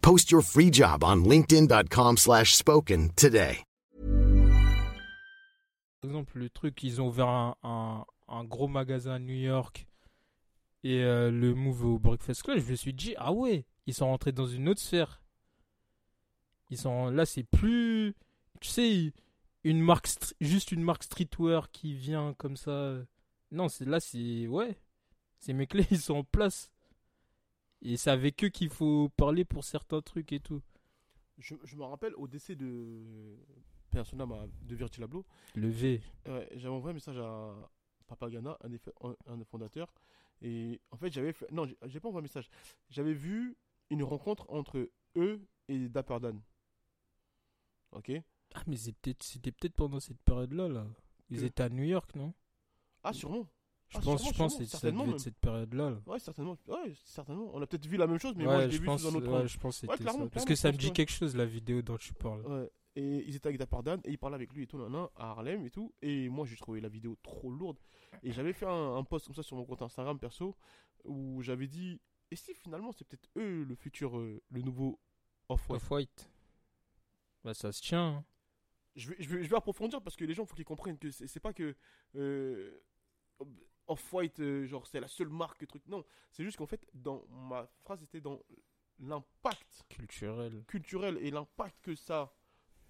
S3: Post your free job on linkedin.com/spoken slash spoken today.
S1: exemple, le truc, ils ont ouvert un, un- un gros magasin à New York et euh, le move au Breakfast Club, je me suis dit, ah ouais, ils sont rentrés dans une autre sphère. Ils sont là, c'est plus, tu sais, une marque str- juste une marque streetwear qui vient comme ça. Non, c'est là, c'est ouais, ces mecs-là, [LAUGHS] ils sont en place. Et c'est avec eux qu'il faut parler pour certains trucs et tout.
S2: Je, je me rappelle au décès de euh, Persona ma- bah, de Virgil Abloh,
S1: Le V.
S2: euh, j'avais envoyé un message à Papa Ghana, un des, fa- un- un des fondateurs, et en fait j'avais fait- non j'ai- j'ai pas envoyé un message, j'avais vu une rencontre entre eux et Dapper Dan. Ok.
S1: Ah mais c'est peut-être- c'était peut-être pendant cette période-là là. Ils
S2: Que-
S1: étaient à New York, non Mm.
S2: Ah sûrement.
S1: Je
S2: Ah,
S1: pense,
S2: sûrement,
S1: je pense
S2: sûrement,
S1: que ça
S2: certainement
S1: devait être
S2: même.
S1: cette période-là. là.
S2: Ouais certainement. Ouais certainement. On a peut-être vu la même chose, mais
S1: ouais,
S2: moi je l'ai
S1: je
S2: vu
S1: pense,
S2: sous un autre
S1: ouais,
S2: angle.
S1: je pense que
S2: Ouais,
S1: c'était ça.
S2: clairement,
S1: Parce
S2: clairement,
S1: que ça
S2: je
S1: me
S2: pense
S1: dit
S2: que-
S1: quelque chose, la vidéo dont tu parles.
S2: Ouais. Et ils étaient avec Dapardan et ils parlaient avec lui et tout, nanana, à Harlem et tout. Et moi, j'ai trouvé la vidéo trop lourde. Et j'avais fait un, un post comme ça sur mon compte Instagram perso où j'avais dit Et si finalement c'est peut-être eux le futur, euh, le nouveau Off-White
S1: Off-White. Bah ça se tient. hein.
S2: je, vais, je, vais, je vais approfondir parce que les gens, faut qu'ils comprennent que c'est c'est pas que euh, Off-White, euh, genre c'est la seule marque, truc. Non, c'est juste qu'en fait, dans ma phrase était dans l'impact
S1: Culturel.
S2: culturel et l'impact que ça a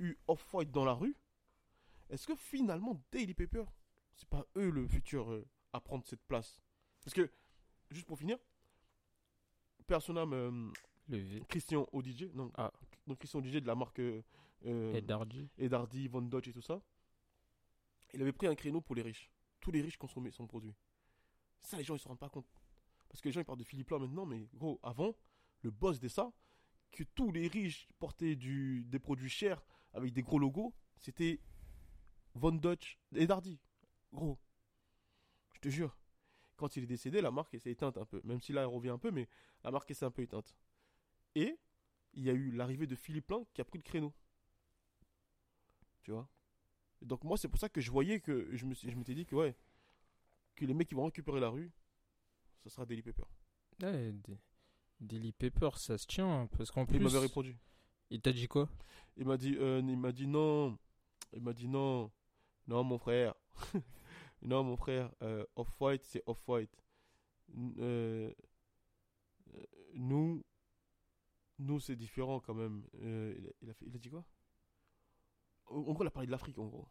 S2: eu Off-White dans la rue, est-ce que finalement Daily Paper, c'est pas eux le futur euh, à prendre cette place Parce que, juste pour finir, Persona, euh,
S1: Le V.
S2: Christian ODJ, non,
S1: Ah.
S2: donc Christian ODJ de la marque euh, euh,
S1: Et Dardy.
S2: Edardi, Von Dodge et tout ça, il avait pris un créneau pour les riches. Tous les riches consommaient son produit. Ça, les gens, ils se rendent pas compte. Parce que les gens, ils parlent de Philippe Lahm maintenant, mais gros, avant, le boss des ça, que tous les riches portaient du, des produits chers avec des gros logos, c'était Von Dutch et Dardy. Gros. Je te jure. Quand il est décédé, la marque elle s'est éteinte un peu. Même si là, elle revient un peu, mais la marque elle s'est un peu éteinte. Et il y a eu l'arrivée de Philippe Lahm qui a pris le créneau. Tu vois Donc moi, c'est pour ça que je voyais que je me suis- je m'étais dit que ouais, que les mecs qui vont récupérer la rue, ça sera Daily Paper.
S1: Ouais, D- Daily Paper, ça se tient. hein, Parce qu'en
S2: Il
S1: plus.
S2: m'avait répondu.
S1: Il t'a dit quoi
S2: Il m'a dit, euh, il m'a dit non. Il m'a dit non. Non, mon frère. [LAUGHS] non, mon frère. euh, off-white, c'est off-white. N- euh, euh, nous, nous, c'est différent quand même. Euh, il, a, il a fait- il a dit quoi En en gros, il a parlé de l'Afrique, en gros.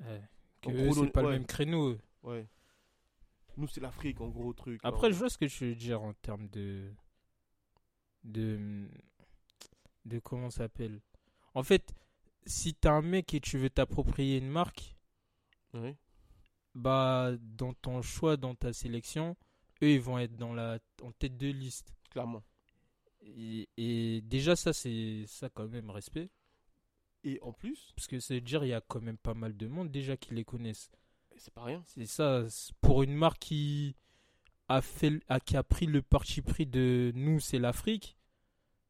S1: Ouais. Que
S2: En
S1: eux,
S2: gros,
S1: c'est
S2: nous-
S1: pas le
S2: ouais.
S1: même créneau. eux.
S2: Ouais. Nous, c'est l'Afrique, en gros, truc. hein.
S1: Après,
S2: Alors,
S1: je vois ce que tu veux dire en termes de. de. de comment ça s'appelle. En fait, si t'es un mec et tu veux t'approprier une marque,
S2: ouais.
S1: bah, dans ton choix, dans ta sélection, eux, ils vont être dans la, en tête de liste.
S2: clairement.
S1: Et, et déjà, ça, c'est ça quand même respect.
S2: Et en plus,
S1: Parce que ça veut dire, il y a quand même pas mal de monde déjà qui les connaissent.
S2: c'est pas rien.
S1: C'est ça, c'est pour une marque qui a, fait, le- ah, qui a pris le parti pris de nous, c'est l'Afrique.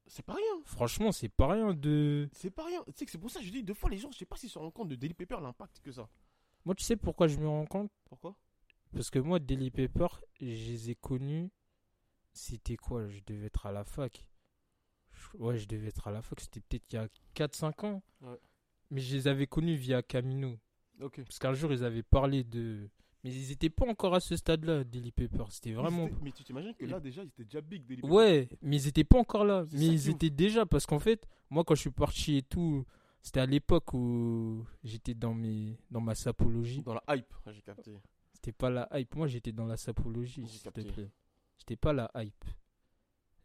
S2: C'est pas rien.
S1: Franchement, c'est pas rien de.
S2: C'est pas rien. Tu sais que c'est pour ça que je dis, deux fois, les gens, je sais pas s'ils se rendent compte de Daily Paper, l'impact que ça.
S1: Moi, tu sais pourquoi je me rends compte
S2: Pourquoi
S1: Parce que moi, Daily Paper, je les ai connus. C'était quoi Je devais être à la fac. Je- Ouais, je devais être à la fac. C'était peut-être il y a 4-5 ans.
S2: Ouais.
S1: Mais je les avais connus via Camino.
S2: Ok.
S1: Parce qu'un jour, ils avaient parlé de. Mais ils n'étaient pas encore à ce stade-là, Daily Paper. C'était vraiment.
S2: Ils étaient- Mais tu t'imagines que là déjà, ils étaient déjà big Daily Paper.
S1: Ouais, mais ils étaient pas encore là.
S2: C'est
S1: Mais
S2: ça
S1: ils
S2: qui est ouf.
S1: étaient déjà. Parce qu'en fait, moi, quand je suis parti et tout, c'était à l'époque où j'étais dans, mes... dans ma sapologie.
S2: Dans la hype, j'ai capté.
S1: C'était pas la hype. Moi, j'étais dans la sapologie,
S2: J'ai
S1: s'il te
S2: capté.
S1: plaît. J'étais pas la hype.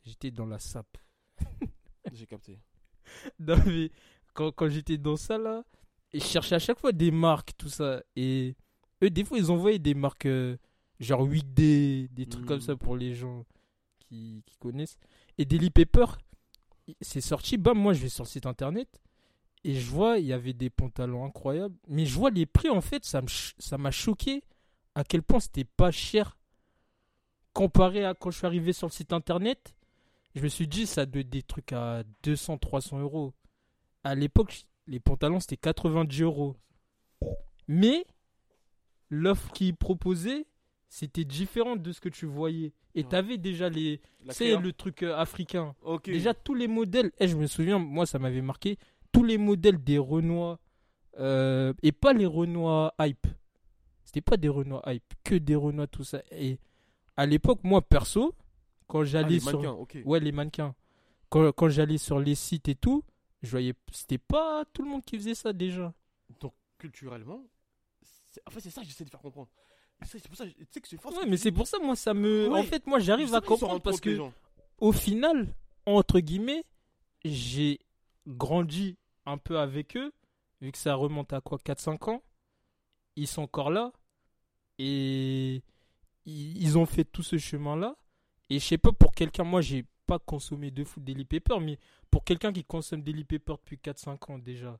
S1: J'étais dans la sape.
S2: J'ai capté.
S1: [LAUGHS] Non, mais quand, quand j'étais dans ça, là, et je cherchais à chaque fois des marques, tout ça. Et eux, des fois, ils envoyaient des marques euh, genre 8D, des trucs comme
S2: Mm.
S1: ça pour les gens qui, qui connaissent. Et Daily Paper, i- c'est sorti. Bam, moi, je vais sur le site internet. Et je vois, il y avait des pantalons incroyables. Mais je vois les prix, en fait, ça me ch- ça m'a choqué à quel point c'était pas cher comparé à quand je suis arrivé sur le site internet. Je me suis dit, ça doit être des trucs à 200, 300 euros. À l'époque, les pantalons, c'était 90 euros. Mais l'offre qu'ils proposaient, c'était différent de ce que tu voyais. Et
S2: Ouais.
S1: t'avais déjà les,
S2: La
S1: c'est
S2: créa
S1: le truc euh, africain.
S2: Ok.
S1: Déjà tous les modèles, et je me souviens, moi ça m'avait marqué, tous les modèles des Renois euh, et pas les Renois hype. C'était pas des Renois hype, que des Renois tout ça. Et à l'époque, moi perso, quand
S2: Ah,
S1: j'allais
S2: les
S1: sur
S2: mannequins, ok.
S1: hein. ouais les mannequins, quand, quand j'allais sur les sites et tout, je voyais c'était pas tout le monde qui faisait ça déjà.
S2: Donc culturellement, c'est- en fait c'est ça que j'essaie de faire comprendre. Et ça, C'est pour ça, que- tu sais que c'est fort.
S1: Ouais, mais c'est pour ça moi ça me
S2: Ouais.
S1: en fait moi j'arrive à comprendre parce que au final, entre guillemets, j'ai grandi un peu avec eux, vu que ça remonte à quoi 4-5 ans. Ils sont encore là. Et ils ils ont fait tout ce chemin-là. Et je sais pas, pour quelqu'un, moi j'ai pas consommé de foot Daily Paper, mais pour quelqu'un qui consomme Daily Paper depuis 4-5 ans déjà,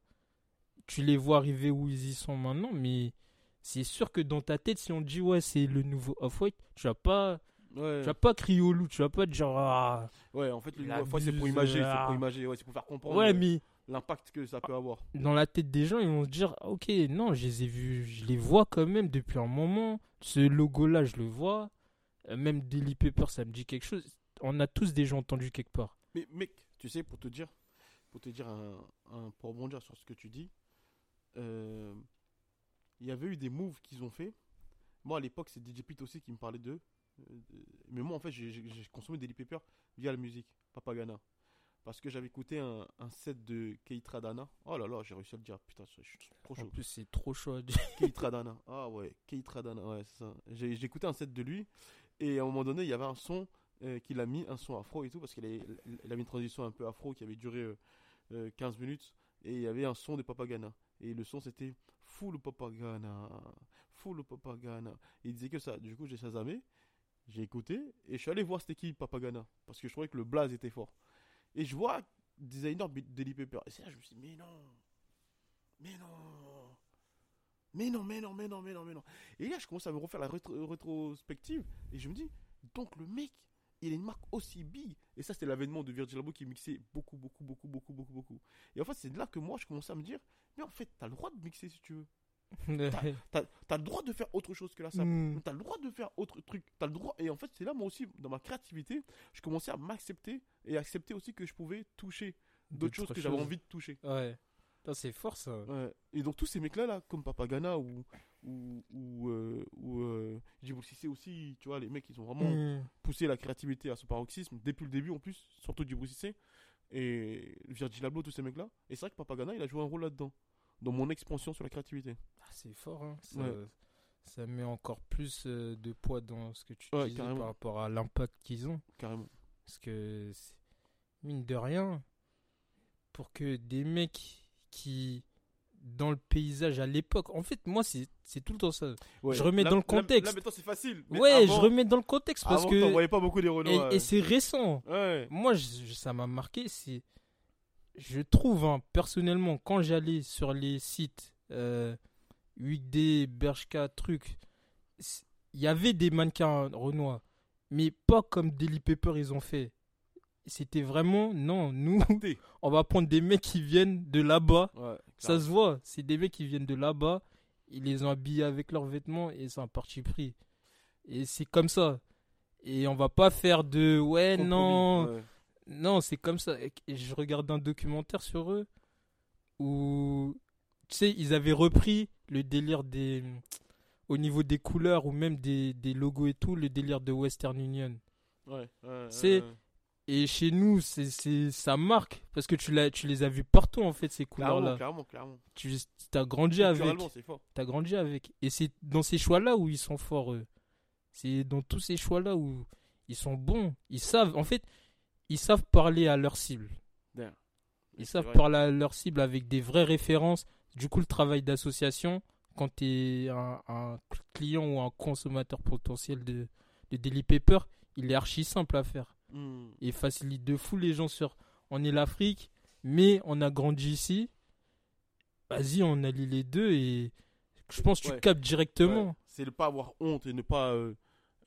S1: tu les vois arriver où ils y sont maintenant, mais c'est sûr que dans ta tête, si on te dit ouais, c'est le nouveau Off-White, tu vas pas
S2: Ouais.
S1: tu vas pas crier au loup, tu vas pas être genre. Ah,
S2: ouais, en fait, le
S1: Il
S2: Nouveau Fois, c'est pour
S1: abuse,
S2: imager,
S1: euh,
S2: c'est
S1: ah.
S2: pour imager, ouais, c'est pour faire comprendre
S1: ouais,
S2: euh,
S1: mais Ah.
S2: l'impact que ça peut avoir.
S1: dans la tête des gens, ils vont se dire ah, Ok, non, je les ai vus, je les vois quand même depuis un moment. Ce logo-là, je le vois. Euh, Même Daily Paper, ça me dit quelque chose. On a tous déjà entendu quelque part.
S2: Mais mec, tu sais, pour te dire, pour te dire, un, un- pour rebondir sur ce que tu dis, euh, il y avait eu des moves qu'ils ont fait. Moi, à l'époque, c'est DJ Pete aussi qui me parlait d'eux. Euh, Mais moi, en fait, j'ai- j'ai j'ai consommé Daily Paper via la musique, Papagana. Parce que j'avais écouté un, un set de Keitra Dana. Oh là là, j'ai réussi à le dire. Putain, je suis trop
S1: En
S2: chaud.
S1: plus, c'est trop chaud.
S2: Keitra Dana. Ah ouais, Keitra Dana, ouais, c'est ça. J'ai j'ai écouté un set de lui et à un moment donné, il y avait un son euh, qu'il a mis, un son afro et tout, parce qu'il avait, il avait une transition un peu afro qui avait duré euh, euh, 15 minutes et il y avait un son de Papagana. Et le son c'était Full Papagana, Full Papagana. Et il disait que ça. Du coup, j'ai shazamé, j'ai écouté et je suis allé voir c'était qui Papagana parce que je trouvais que le blaze était fort. Et je vois designer B- Daily Paper. Et c'est là que je me suis dit, mais non, mais non. Mais non, mais non, mais non, mais non, mais non. Et là, je commence à me refaire la rétro- rétrospective et je me dis, donc le mec, il a une marque aussi big. Et ça, c'était l'avènement de Virgil Abloh qui mixait beaucoup, beaucoup, beaucoup, beaucoup, beaucoup, beaucoup. Et en fait, c'est de là que moi, je commençais à me dire, mais en fait, t'as le droit de mixer si tu veux. [LAUGHS] T'as as le droit de faire autre chose que
S1: [LAUGHS]
S2: la simple.
S1: Mm.
S2: T'as le droit de faire autre truc. T'as le droit. Et en fait, c'est là, moi aussi, dans ma créativité, je commençais à m'accepter et accepter aussi que je pouvais toucher d'autres choses que j'avais envie de toucher.
S1: Ouais. Putain, C'est fort ça.
S2: Ouais. Et donc tous ces mecs-là, là, comme Papagana ou ou ou, euh, ou euh, Djibril Cissé aussi, tu vois, les mecs, ils ont vraiment
S1: Mm.
S2: poussé la créativité à son paroxysme depuis le début en plus, surtout Djibril Cissé et Virgil Abloh, tous ces mecs-là. Et c'est vrai que Papagana, il a joué un rôle là-dedans, dans mon expansion sur la créativité.
S1: Ah, c'est fort. hein. Ça,
S2: Ouais.
S1: ça met encore plus euh, de poids dans ce que tu
S2: Ouais,
S1: disais
S2: carrément.
S1: par rapport à l'impact qu'ils ont.
S2: Carrément.
S1: Parce que, c'est- mine de rien, pour que des mecs qui, dans le paysage à l'époque, en fait, moi, c'est c'est tout le temps ça.
S2: Ouais.
S1: Je remets
S2: Là-
S1: dans le
S2: là-
S1: contexte.
S2: Là, maintenant, c'est facile. Mais
S1: ouais,
S2: avant-
S1: je remets dans le contexte parce
S2: avant, t'en
S1: que.
S2: voyais pas beaucoup des
S1: Et,
S2: Renois.
S1: et c'est récent.
S2: ouais.
S1: Moi, je- je- ça m'a marqué. C'est. Je trouve, hein, personnellement, quand j'allais sur les sites euh, 8D, Bershka, truc, c'est- il y avait des mannequins Renoir, mais pas comme Daily Paper ils ont fait. C'était vraiment, non, nous, [LAUGHS]
S2: T.
S1: on va prendre des mecs qui viennent de là-bas.
S2: Ouais,
S1: Ça se voit, c'est des mecs qui viennent de là-bas ils les ont habillés avec leurs vêtements et c'est un parti pris. Et c'est comme ça. Et on va pas faire de ouais,
S2: Compromis,
S1: non,
S2: ouais.
S1: non, c'est comme ça. Et je regarde un documentaire sur eux où, tu sais, ils avaient repris le délire des. Au niveau des couleurs ou même des, des logos et tout, le délire de Western Union.
S2: Ouais, ouais,
S1: C'est-
S2: ouais.
S1: Et chez nous, c'est, c'est, ça marque parce que tu, l'as, tu les as vus partout en fait, ces
S2: Clairement,
S1: couleurs-là.
S2: clairement, clairement.
S1: Tu as grandi avec.
S2: Culturellement, c'est fort.
S1: T'as grandi avec. Et c'est dans ces choix-là où ils sont forts, eux. C'est dans tous ces choix-là où ils sont bons. Ils savent, en fait, ils savent parler à leur cible.
S2: D'ailleurs.
S1: Ils
S2: C'est
S1: savent
S2: vrai.
S1: parler à leur cible avec des vraies références. Du coup, le travail d'association, quand tu es un, un client ou un consommateur potentiel de, de Daily Paper, il est archi simple à faire.
S2: Hmm.
S1: Et facilite de fou les gens sur on est l'Afrique, mais on a grandi ici. Vas-y, on allie les deux et je pense que tu
S2: Ouais.
S1: captes
S2: Ouais,
S1: directement.
S2: C'est de pas avoir honte et ne pas euh,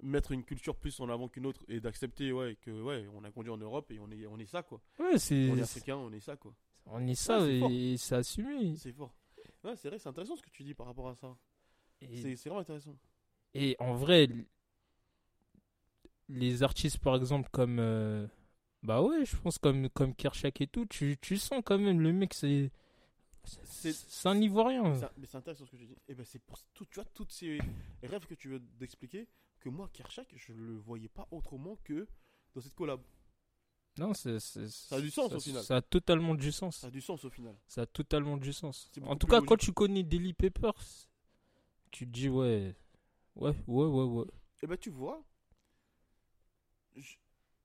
S2: mettre une culture plus en avant qu'une autre et d'accepter ouais que ouais on a grandi en Europe et on est on est ça quoi.
S1: Ouais, c'est.
S2: On est africain, on est ça quoi.
S1: On est ça
S2: Ouais, c'est fort.
S1: et c'est assumé.
S2: C'est fort. Ouais, c'est vrai, c'est intéressant ce que tu dis par rapport à ça.
S1: Et,
S2: C'est c'est vraiment intéressant.
S1: et en vrai, l- les artistes, par exemple, comme. euh, bah ouais, je pense comme, comme Kershak et tout, tu, tu sens quand même le mec, c'est.
S2: C'est-
S1: C'est un Ivoirien.
S2: C'est- Mais c'est intéressant ce que tu dis. Et ben c'est pour tout, tu vois, toutes ces rêves que tu veux d'expliquer que moi Kershak, je le voyais pas autrement que dans cette collab.
S1: Non, c'est. c'est-
S2: Ça a du sens, au final.
S1: Ça a totalement du sens.
S2: Ça a du sens au final.
S1: Ça a totalement du sens.
S2: C'est
S1: En
S2: beaucoup
S1: tout
S2: plus
S1: cas, quand
S2: logique.
S1: tu connais Daily Papers, tu te dis ouais. Ouais, ouais, ouais, ouais.
S2: Et ben tu vois, je-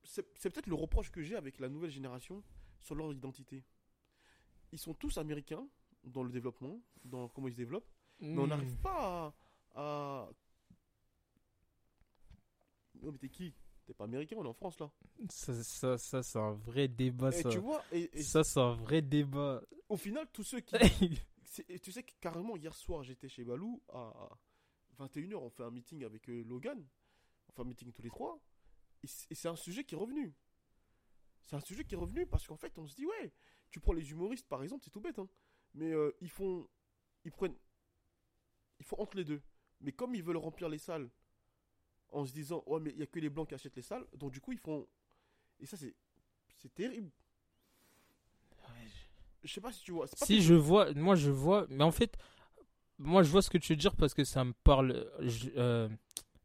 S2: c'est c'est peut-être le reproche que j'ai avec la nouvelle génération sur leur identité. Ils sont tous américains dans le développement, dans comment ils se développent, mais on
S1: Hmm.
S2: n'arrive pas à, à- Non mais t'es qui T'es pas américain, on est en France là.
S1: Ça, ça, ça, c'est un vrai débat.
S2: et
S1: Ah, Ça,
S2: Eh, tu vois, et, et
S1: ça c'est un vrai débat.
S2: au final, tous
S1: [LAUGHS]
S2: ceux qui... c'est- et tu sais que carrément, hier soir, j'étais chez Balou, à 21h, on fait un meeting avec euh, Logan, on fait un meeting tous les trois, et c- et c'est un sujet qui est revenu. C'est un sujet qui est revenu parce qu'en fait, on se dit, ouais, tu prends les humoristes, par exemple, c'est tout bête, hein, mais euh, ils font... Ils prennent... Ils font entre les deux. Mais comme ils veulent remplir les salles en se disant, ouais, mais il n'y a que les blancs qui achètent les salles, donc du coup, ils font... Et ça, c'est... C'est terrible. Je sais pas si tu vois. c'est pas
S1: si je vois, moi je vois, mais en fait, moi je vois ce que tu veux dire parce que ça me parle. Je- euh,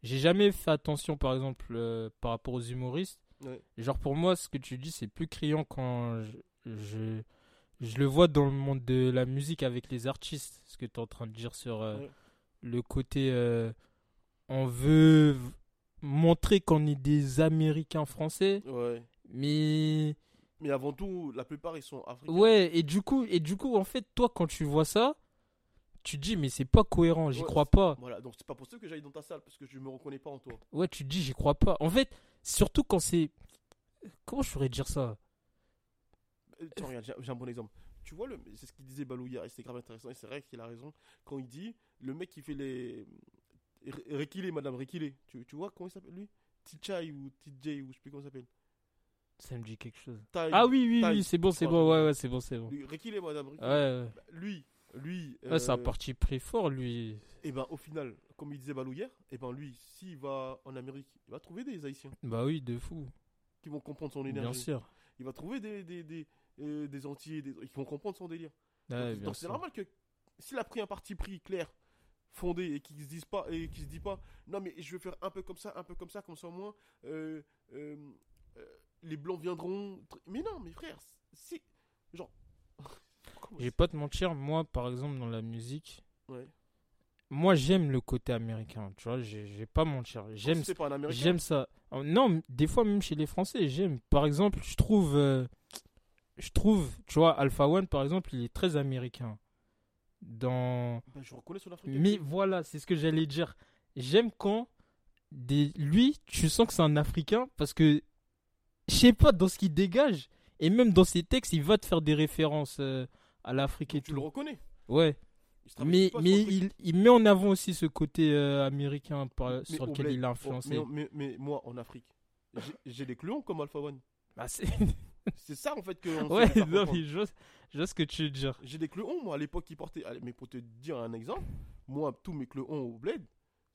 S1: J'ai jamais fait attention, par exemple, euh, par rapport aux humoristes.
S2: Ouais.
S1: Genre pour moi, ce que tu dis, c'est plus criant quand je, je, je le vois dans le monde de la musique avec les artistes. Ce que tu es en train de dire sur euh,
S2: Ouais.
S1: le côté euh, on veut v- montrer qu'on est des Américains français,
S2: Ouais.
S1: mais
S2: Mais avant tout, la plupart ils sont africains.
S1: ouais. Et du coup, et du coup, en fait, toi, quand tu vois ça, tu te dis mais c'est pas cohérent, j'y
S2: Ouais,
S1: crois
S2: c'est-
S1: pas.
S2: Voilà, donc c'est pas possible que j'aille dans ta salle parce que je me reconnais pas en toi.
S1: Ouais, tu te dis j'y crois pas. En fait, surtout quand c'est comment je pourrais dire ça.
S2: Euh, Tiens, regarde, j'ai- j'ai un bon exemple. Tu vois, le... c'est ce qu'il disait Balou hier et c'était grave intéressant et c'est vrai qu'il a raison quand il dit le mec qui fait les. Ré- Réquilé, madame Réquilé. Tu, tu vois comment il s'appelle lui Tichai ou TJ ou je sais plus comment il s'appelle.
S1: Ça me dit quelque chose.
S2: Taï-
S1: Ah oui, oui,
S2: Taï,
S1: oui, c'est bon,
S2: je
S1: c'est
S2: crois,
S1: bon,
S2: je-
S1: ouais, ouais, c'est bon, c'est bon.
S2: Oh, lui- Réquilé, madame
S1: Ouais,
S2: Réquilé.
S1: ouais.
S2: Bah, Lui, lui.
S1: Ouais, c'est un
S2: euh,
S1: parti pris fort, lui.
S2: Et ben au final, comme il disait Balou hier, et ben lui, s'il va en Amérique, il va trouver des Haïtiens
S1: Bah oui, de fou.
S2: qui vont comprendre son énergie.
S1: Bien sûr.
S2: il va trouver des, des, des, euh, des Antillais des- qui vont comprendre son délire.
S1: Ouais,
S2: Donc,
S1: bien
S2: donc c'est
S1: sûr.
S2: normal que s'il a pris un parti pris clair, fondé et qu'il se dise pas et qu'il se dit pas non mais je vais faire un peu comme ça, un peu comme ça, comme ça au moins euh, euh, euh, les blancs viendront. tr- Mais non, mes frères, c'est genre. [LAUGHS] Comment
S1: Je vais
S2: c'est-
S1: pas te mentir, moi, par exemple, dans la musique,
S2: ouais.
S1: moi, j'aime le côté américain, tu vois, je je vais pas mentir. J'aime
S2: C'est pas un américain.
S1: J'aime ça. Oh, Non, m- des fois même chez les Français, j'aime. Par exemple, je trouve, euh, je trouve, tu vois, Alpha One, par exemple, il est très américain. Dans,
S2: Ben, je reconnais son africain.
S1: mais voilà, c'est ce que j'allais dire. J'aime quand des, lui, tu sens que c'est un Africain parce que, je sais pas, dans ce qu'il dégage et même dans ses textes, il va te faire des références euh, à l'Afrique et
S2: tu le
S1: tout.
S2: reconnais.
S1: Ouais.
S2: Il se travaille
S1: Mais,
S2: pas sur
S1: mais
S2: le truc.
S1: il, il met en avant aussi ce côté euh, américain par-
S2: Mais
S1: sur
S2: au
S1: lequel
S2: bled,
S1: il a
S2: au-
S1: influencé.
S2: mais- mais- mais moi en Afrique, j'ai- j'ai des clones comme Alpha One.
S1: Bah,
S2: [LAUGHS]
S1: c'est-
S2: C'est ça en fait que. on se
S1: ouais,
S2: fait
S1: [LAUGHS]
S2: faire
S1: non,
S2: comprendre.
S1: mais je vois, je vois ce que tu veux dire.
S2: J'ai des clowns, moi, à l'époque, qui portaient. Allez, mais pour te dire un exemple, Moi, tous mes clés ont au bled,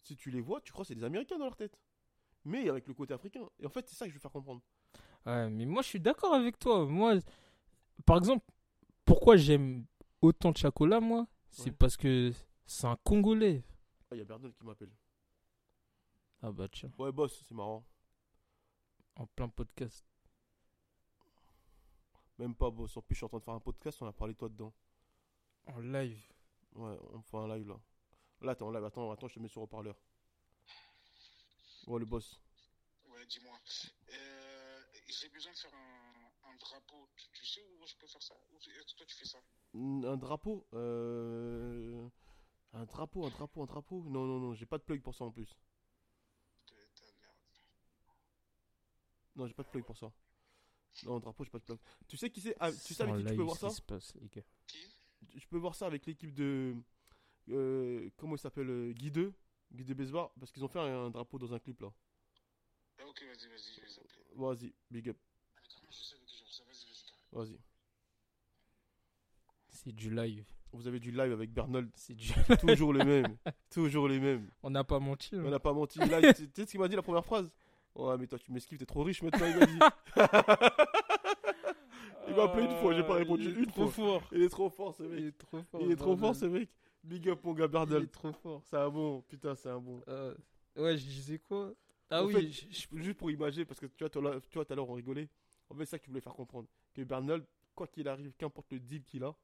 S2: si tu les vois, tu crois que c'est des Américains dans leur tête. Mais avec le côté africain. Et en fait, c'est ça que je veux faire comprendre.
S1: Ouais, mais moi je suis d'accord avec toi. Moi, par exemple, pourquoi j'aime autant Chacola, moi C'est
S2: Ouais.
S1: parce que c'est un Congolais.
S2: Ah, il y a Bernard qui m'appelle.
S1: Ah bah tiens,
S2: Ouais, boss, c'est marrant.
S1: en plein podcast.
S2: Même pas boss. En plus, je suis en train de faire un podcast, on a parlé de toi dedans.
S1: En live.
S2: Ouais, on fait un live là. Là, attends, live, attends, attends, je te mets sur haut-parleur. Ouais, le boss.
S4: Ouais, dis-moi. Euh, J'ai besoin de faire un, un drapeau. Tu, tu sais où je peux faire ça Ou tu- est-ce que toi tu fais ça
S2: Mm, Un drapeau euh... Un drapeau, un drapeau, un drapeau Non, non, non, j'ai pas de plug pour ça en plus.
S4: De ta merde.
S2: Non, j'ai pas de plug pour ça. Non, un drapeau, j'ai pas de plug. Tu sais qui c'est Ah, Tu sais avec qui tu peux voir ça
S4: Qui
S2: Je peux voir ça avec l'équipe de. euh, comment il s'appelle euh, Guy 2 Guy de Besbar Parce qu'ils ont fait un, un drapeau dans un clip là.
S4: ah, Ok, vas-y, vas-y, je vais les appeler.
S2: Vas-y, big up,
S4: Mais comment je sais que je ça Vas-y, vas-y, carré.
S2: vas-y.
S1: C'est du live.
S2: Vous avez du live avec
S1: [LAUGHS]
S2: Bernold,
S1: C'est du...
S2: toujours les mêmes. Toujours les mêmes.
S1: On n'a pas menti. [LAUGHS] hein.
S2: On n'a pas menti. Là, tu tu sais ce qu'il m'a dit la première phrase Ouais, mais toi, tu m'esquives, t'es trop riche maintenant,
S1: [LAUGHS]
S2: il m'a dit. [LAUGHS] Il m'a appelé une fois, j'ai pas
S1: Ah,
S2: répondu
S1: il est
S2: une
S1: trop fort.
S2: Il est trop fort ce
S1: Il
S2: mec.
S1: est trop fort.
S2: Il est trop fort
S1: Bernard.
S2: ce mec. Big up mon gars
S1: Il
S2: Bernal.
S1: est trop fort.
S2: C'est un bon, putain, c'est un bon.
S1: Euh, ouais, je disais quoi Ah
S2: En
S1: oui,
S2: fait,
S1: je- je-
S2: Juste pour imaginer, parce que tu vois, toi, là- tu vois, tout à l'heure on rigolait. En fait, c'est ça que tu voulais faire comprendre. Que Bernal, quoi qu'il arrive, qu'importe le deal qu'il a,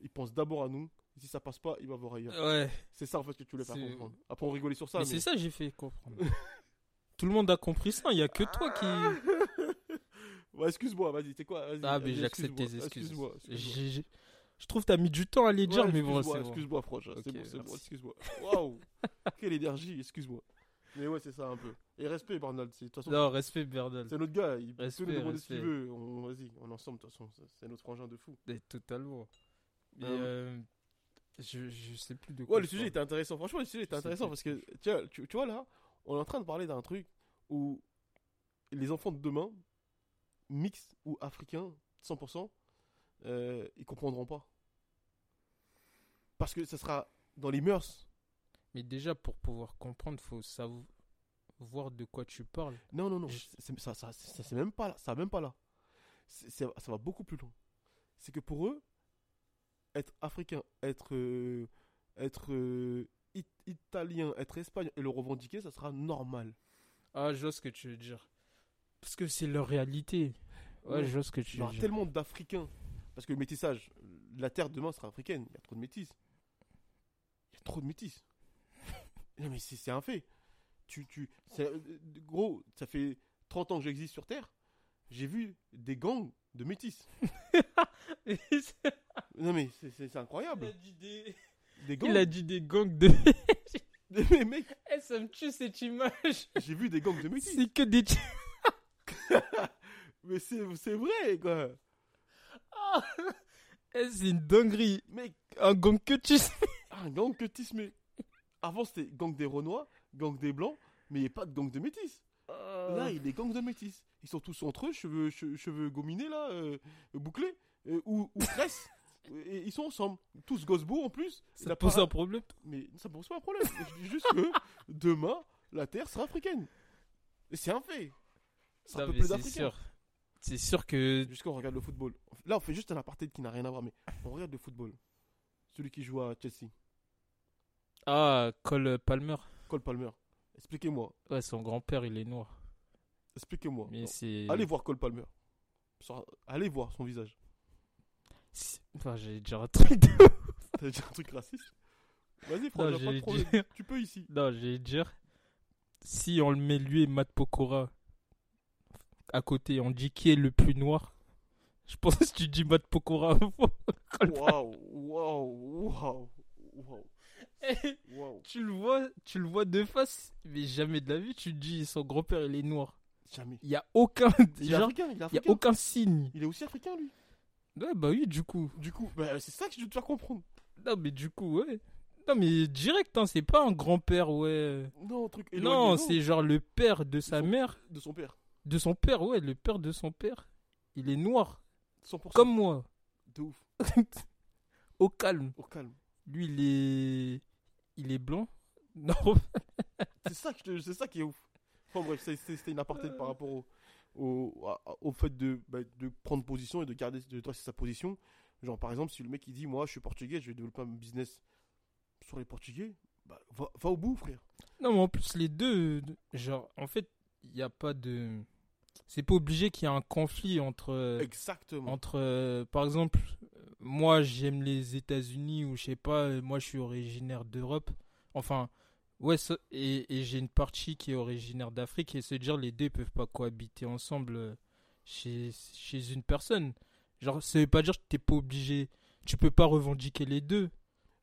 S2: il pense d'abord à nous. Et si ça passe pas, il va voir ailleurs.
S1: ouais.
S2: C'est ça en fait que tu voulais faire
S1: c'est-
S2: comprendre. Après, on rigolait sur ça.
S1: mais
S2: Mais
S1: c'est ça, j'ai fait comprendre. [LAUGHS] Tout le monde a compris ça, il y a que toi qui.
S2: [LAUGHS] Ouais, excuse-moi, vas-y, c'est quoi vas-y,
S1: Ah, mais
S2: vas-y,
S1: j'accepte tes
S2: excuse-moi,
S1: excuses.
S2: Excuse-moi. excuse-moi.
S1: J'ai- j'ai- Je trouve que t'as mis du temps à les dire,
S2: Ouais,
S1: mais bon,
S2: excuse-moi,
S1: c'est bon.
S2: Excuse-moi, proche. hein,
S1: Ok,
S2: c'est bon, c'est bon,
S1: merci.
S2: excuse-moi. [LAUGHS] Waouh, quelle énergie, excuse-moi. Mais ouais, c'est ça un peu. Et respect, Bernal. c'est- De toute façon,
S1: Non, respect, Bernal.
S2: C'est notre gars, il peut
S1: Respect,
S2: nous demander ce qu'il
S1: respect.
S2: veut. On, vas-y, on est ensemble, de toute façon, c'est- c'est notre frangin de fou.
S1: Eh, Totalement. Mais
S2: Ah ouais.
S1: euh, je, je sais plus de quoi.
S2: Ouais, le
S1: je
S2: sujet
S1: parle.
S2: était intéressant. Franchement, le sujet était
S1: Je sais
S2: intéressant
S1: plus
S2: parce
S1: de
S2: que, tiens, tu, tu vois là, on est en train de parler d'un truc où les enfants de demain, mix ou africains, 100%, euh, ils comprendront pas. Parce que ça sera dans les mœurs.
S1: Mais déjà, pour pouvoir comprendre, faut savoir de quoi tu parles.
S2: Non, non, non,
S1: Je-
S2: c'est- ça, ça, ça, c'est même pas là. Ça, va même pas là. C'est- c'est- ça va beaucoup plus loin. C'est que pour eux, être africain, être, euh, être euh, it- italien, être espagnol et le revendiquer, ça sera normal.
S1: Ah, je vois ce que tu veux dire. Parce que c'est leur réalité. Ouais,
S2: Ouais.
S1: je vois ce que tu
S2: Il y
S1: veux
S2: aura
S1: dire. [LAUGHS]
S2: tellement d'Africains. Parce que le métissage, la terre demain sera africaine. Il y a trop de métis. Il y a trop
S1: [LAUGHS]
S2: de métis. non, mais c'est c'est un fait. Tu, tu, c'est- euh, gros, ça fait 30 ans que j'existe sur Terre. J'ai vu des gangs de métis. Non, mais c'est- c'est c'est
S1: Il a
S2: incroyable.
S1: dit des,
S2: Des gangs.
S1: il a dit des gangs de.
S2: [LAUGHS] Mais mec,
S1: Eh, ça me tue cette image.
S2: j'ai vu des gangs de métis.
S1: C'est que des.
S2: Mais c'est c'est vrai, quoi.
S1: Ah [LAUGHS] Eh, c'est une dinguerie.
S2: Mec,
S1: Un gang que tu sais.
S2: un gang que tis, mais. Avant, c'était gang des Renois, gang des Blancs, mais il n'y a pas de gang de métis.
S1: Euh,
S2: Là, il y a des gangs de métis. Ils sont tous entre eux, cheveux, che- cheveux gominés, là, euh, bouclés, euh, ou, ou
S1: [LAUGHS]
S2: tresses. Et ils sont ensemble. Tous gosses beaux, en plus.
S1: ça
S2: Il
S1: te
S2: a
S1: pose
S2: pas-
S1: un problème.
S2: Mais ça pose pas un problème. Je dis juste
S1: [LAUGHS]
S2: que demain, la Terre sera africaine. Et C'est un fait. Ça
S1: Non,
S2: peut
S1: mais
S2: plus
S1: C'est
S2: d'Africains.
S1: sûr. C'est sûr que.
S2: Jusqu'à on regarde le football. Là, on fait juste un aparté qui n'a rien à voir, mais on regarde le football. Celui qui joue à Chelsea,
S1: Ah, Cole Palmer.
S2: Cole Palmer. Expliquez-moi.
S1: Ouais, son grand-père, il est noir.
S2: Expliquez-moi.
S1: Mais c'est.
S2: Oh. Allez voir Cole Palmer. Sur- Allez voir son visage. [LAUGHS]
S1: C'est- Enfin, j'allais dire un truc de...
S2: T'as dit un truc raciste Vas-y,
S1: Non,
S2: frère, pas de
S1: j'allais
S2: problème.
S1: dire...
S2: Tu peux ici.
S1: [LAUGHS] non, j'allais dire... Si on le met lui et Matt Pokora à côté, on dit qui est le plus noir Je pense que si tu dis Matt Pokora [LAUGHS]
S2: Waouh, waouh, waouh, waouh,
S1: Eh,
S2: waouh.
S1: tu, le vois, tu le vois de face, mais jamais de la vie, tu te dis son grand-père, il est noir.
S2: Jamais.
S1: Il y a aucun...
S2: Il est
S1: genre,
S2: africain, il est
S1: il y a
S2: africain.
S1: aucun signe.
S2: Il est aussi africain, lui.
S1: Ouais, bah oui, du coup.
S2: Du coup, bah, c'est ça que je veux te faire comprendre.
S1: Non, mais du coup, ouais. Non, mais direct, hein, c'est pas un grand-père, ouais...
S2: Non, un truc
S1: Non,
S2: éloigné,
S1: c'est genre le père de sa
S2: sont-
S1: mère.
S2: De son père.
S1: De son père, ouais, le père de son père. Il est noir,
S2: 100%.
S1: comme moi.
S2: De ouf.
S1: Au calme.
S2: Au calme.
S1: Lui, il est. il est blanc [LAUGHS] Non.
S2: C'est ça, que je te- c'est ça qui est ouf. Enfin bref, c'est- c'est- c'était une aparté par rapport au, au, à- au fait de, bah, de prendre position et de garder de tracer sa position. Genre par exemple, si le mec il dit moi je suis portugais, je vais développer un business sur les portugais, bah, va, va au bout frère.
S1: Non, mais en plus, les deux, euh, genre, en fait, il n'y a pas de. C'est pas obligé qu'il y ait un conflit entre. euh,
S2: Exactement.
S1: entre euh, par exemple, euh, moi, j'aime les États-Unis ou je sais pas, euh, moi, je suis originaire d'Europe. Enfin, ouais, ça- et, et j'ai une partie qui est originaire d'Afrique et se dire les deux peuvent pas cohabiter ensemble euh, chez, chez une personne. Genre, ça veut pas dire que t'es pas obligé. Tu peux pas revendiquer les deux.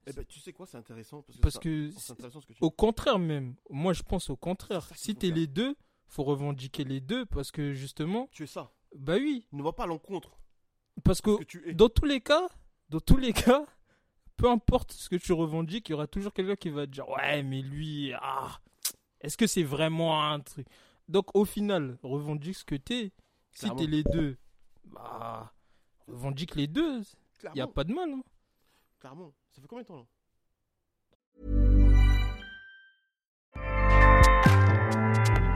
S2: Eh ben, tu sais quoi, c'est intéressant parce que,
S1: Parce
S2: ça-
S1: que
S2: c'est intéressant ce que tu
S1: au contraire même. Moi, je pense au contraire.
S2: C'est ça qu'il
S1: Si
S2: faut
S1: t'es
S2: faire.
S1: les deux, faut revendiquer les deux parce que justement,
S2: Tu es ça.
S1: bah oui,
S2: Ne va pas à l'encontre
S1: parce que
S2: de ce que tu es.
S1: dans tous les cas, dans tous les cas, peu importe ce que tu revendiques, il y aura toujours quelqu'un qui va te dire ouais, mais lui, ah, est-ce que c'est vraiment un truc Donc au final, revendique ce que t'es. Si
S2: Clairement.
S1: t'es les deux, bah revendique les deux. Il y a
S2: Clairement,
S1: pas de mal. hein.
S2: clairement. Ça fait combien de temps là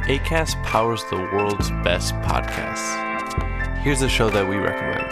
S5: ACAST powers the world's best podcasts. Here's a show that we recommend.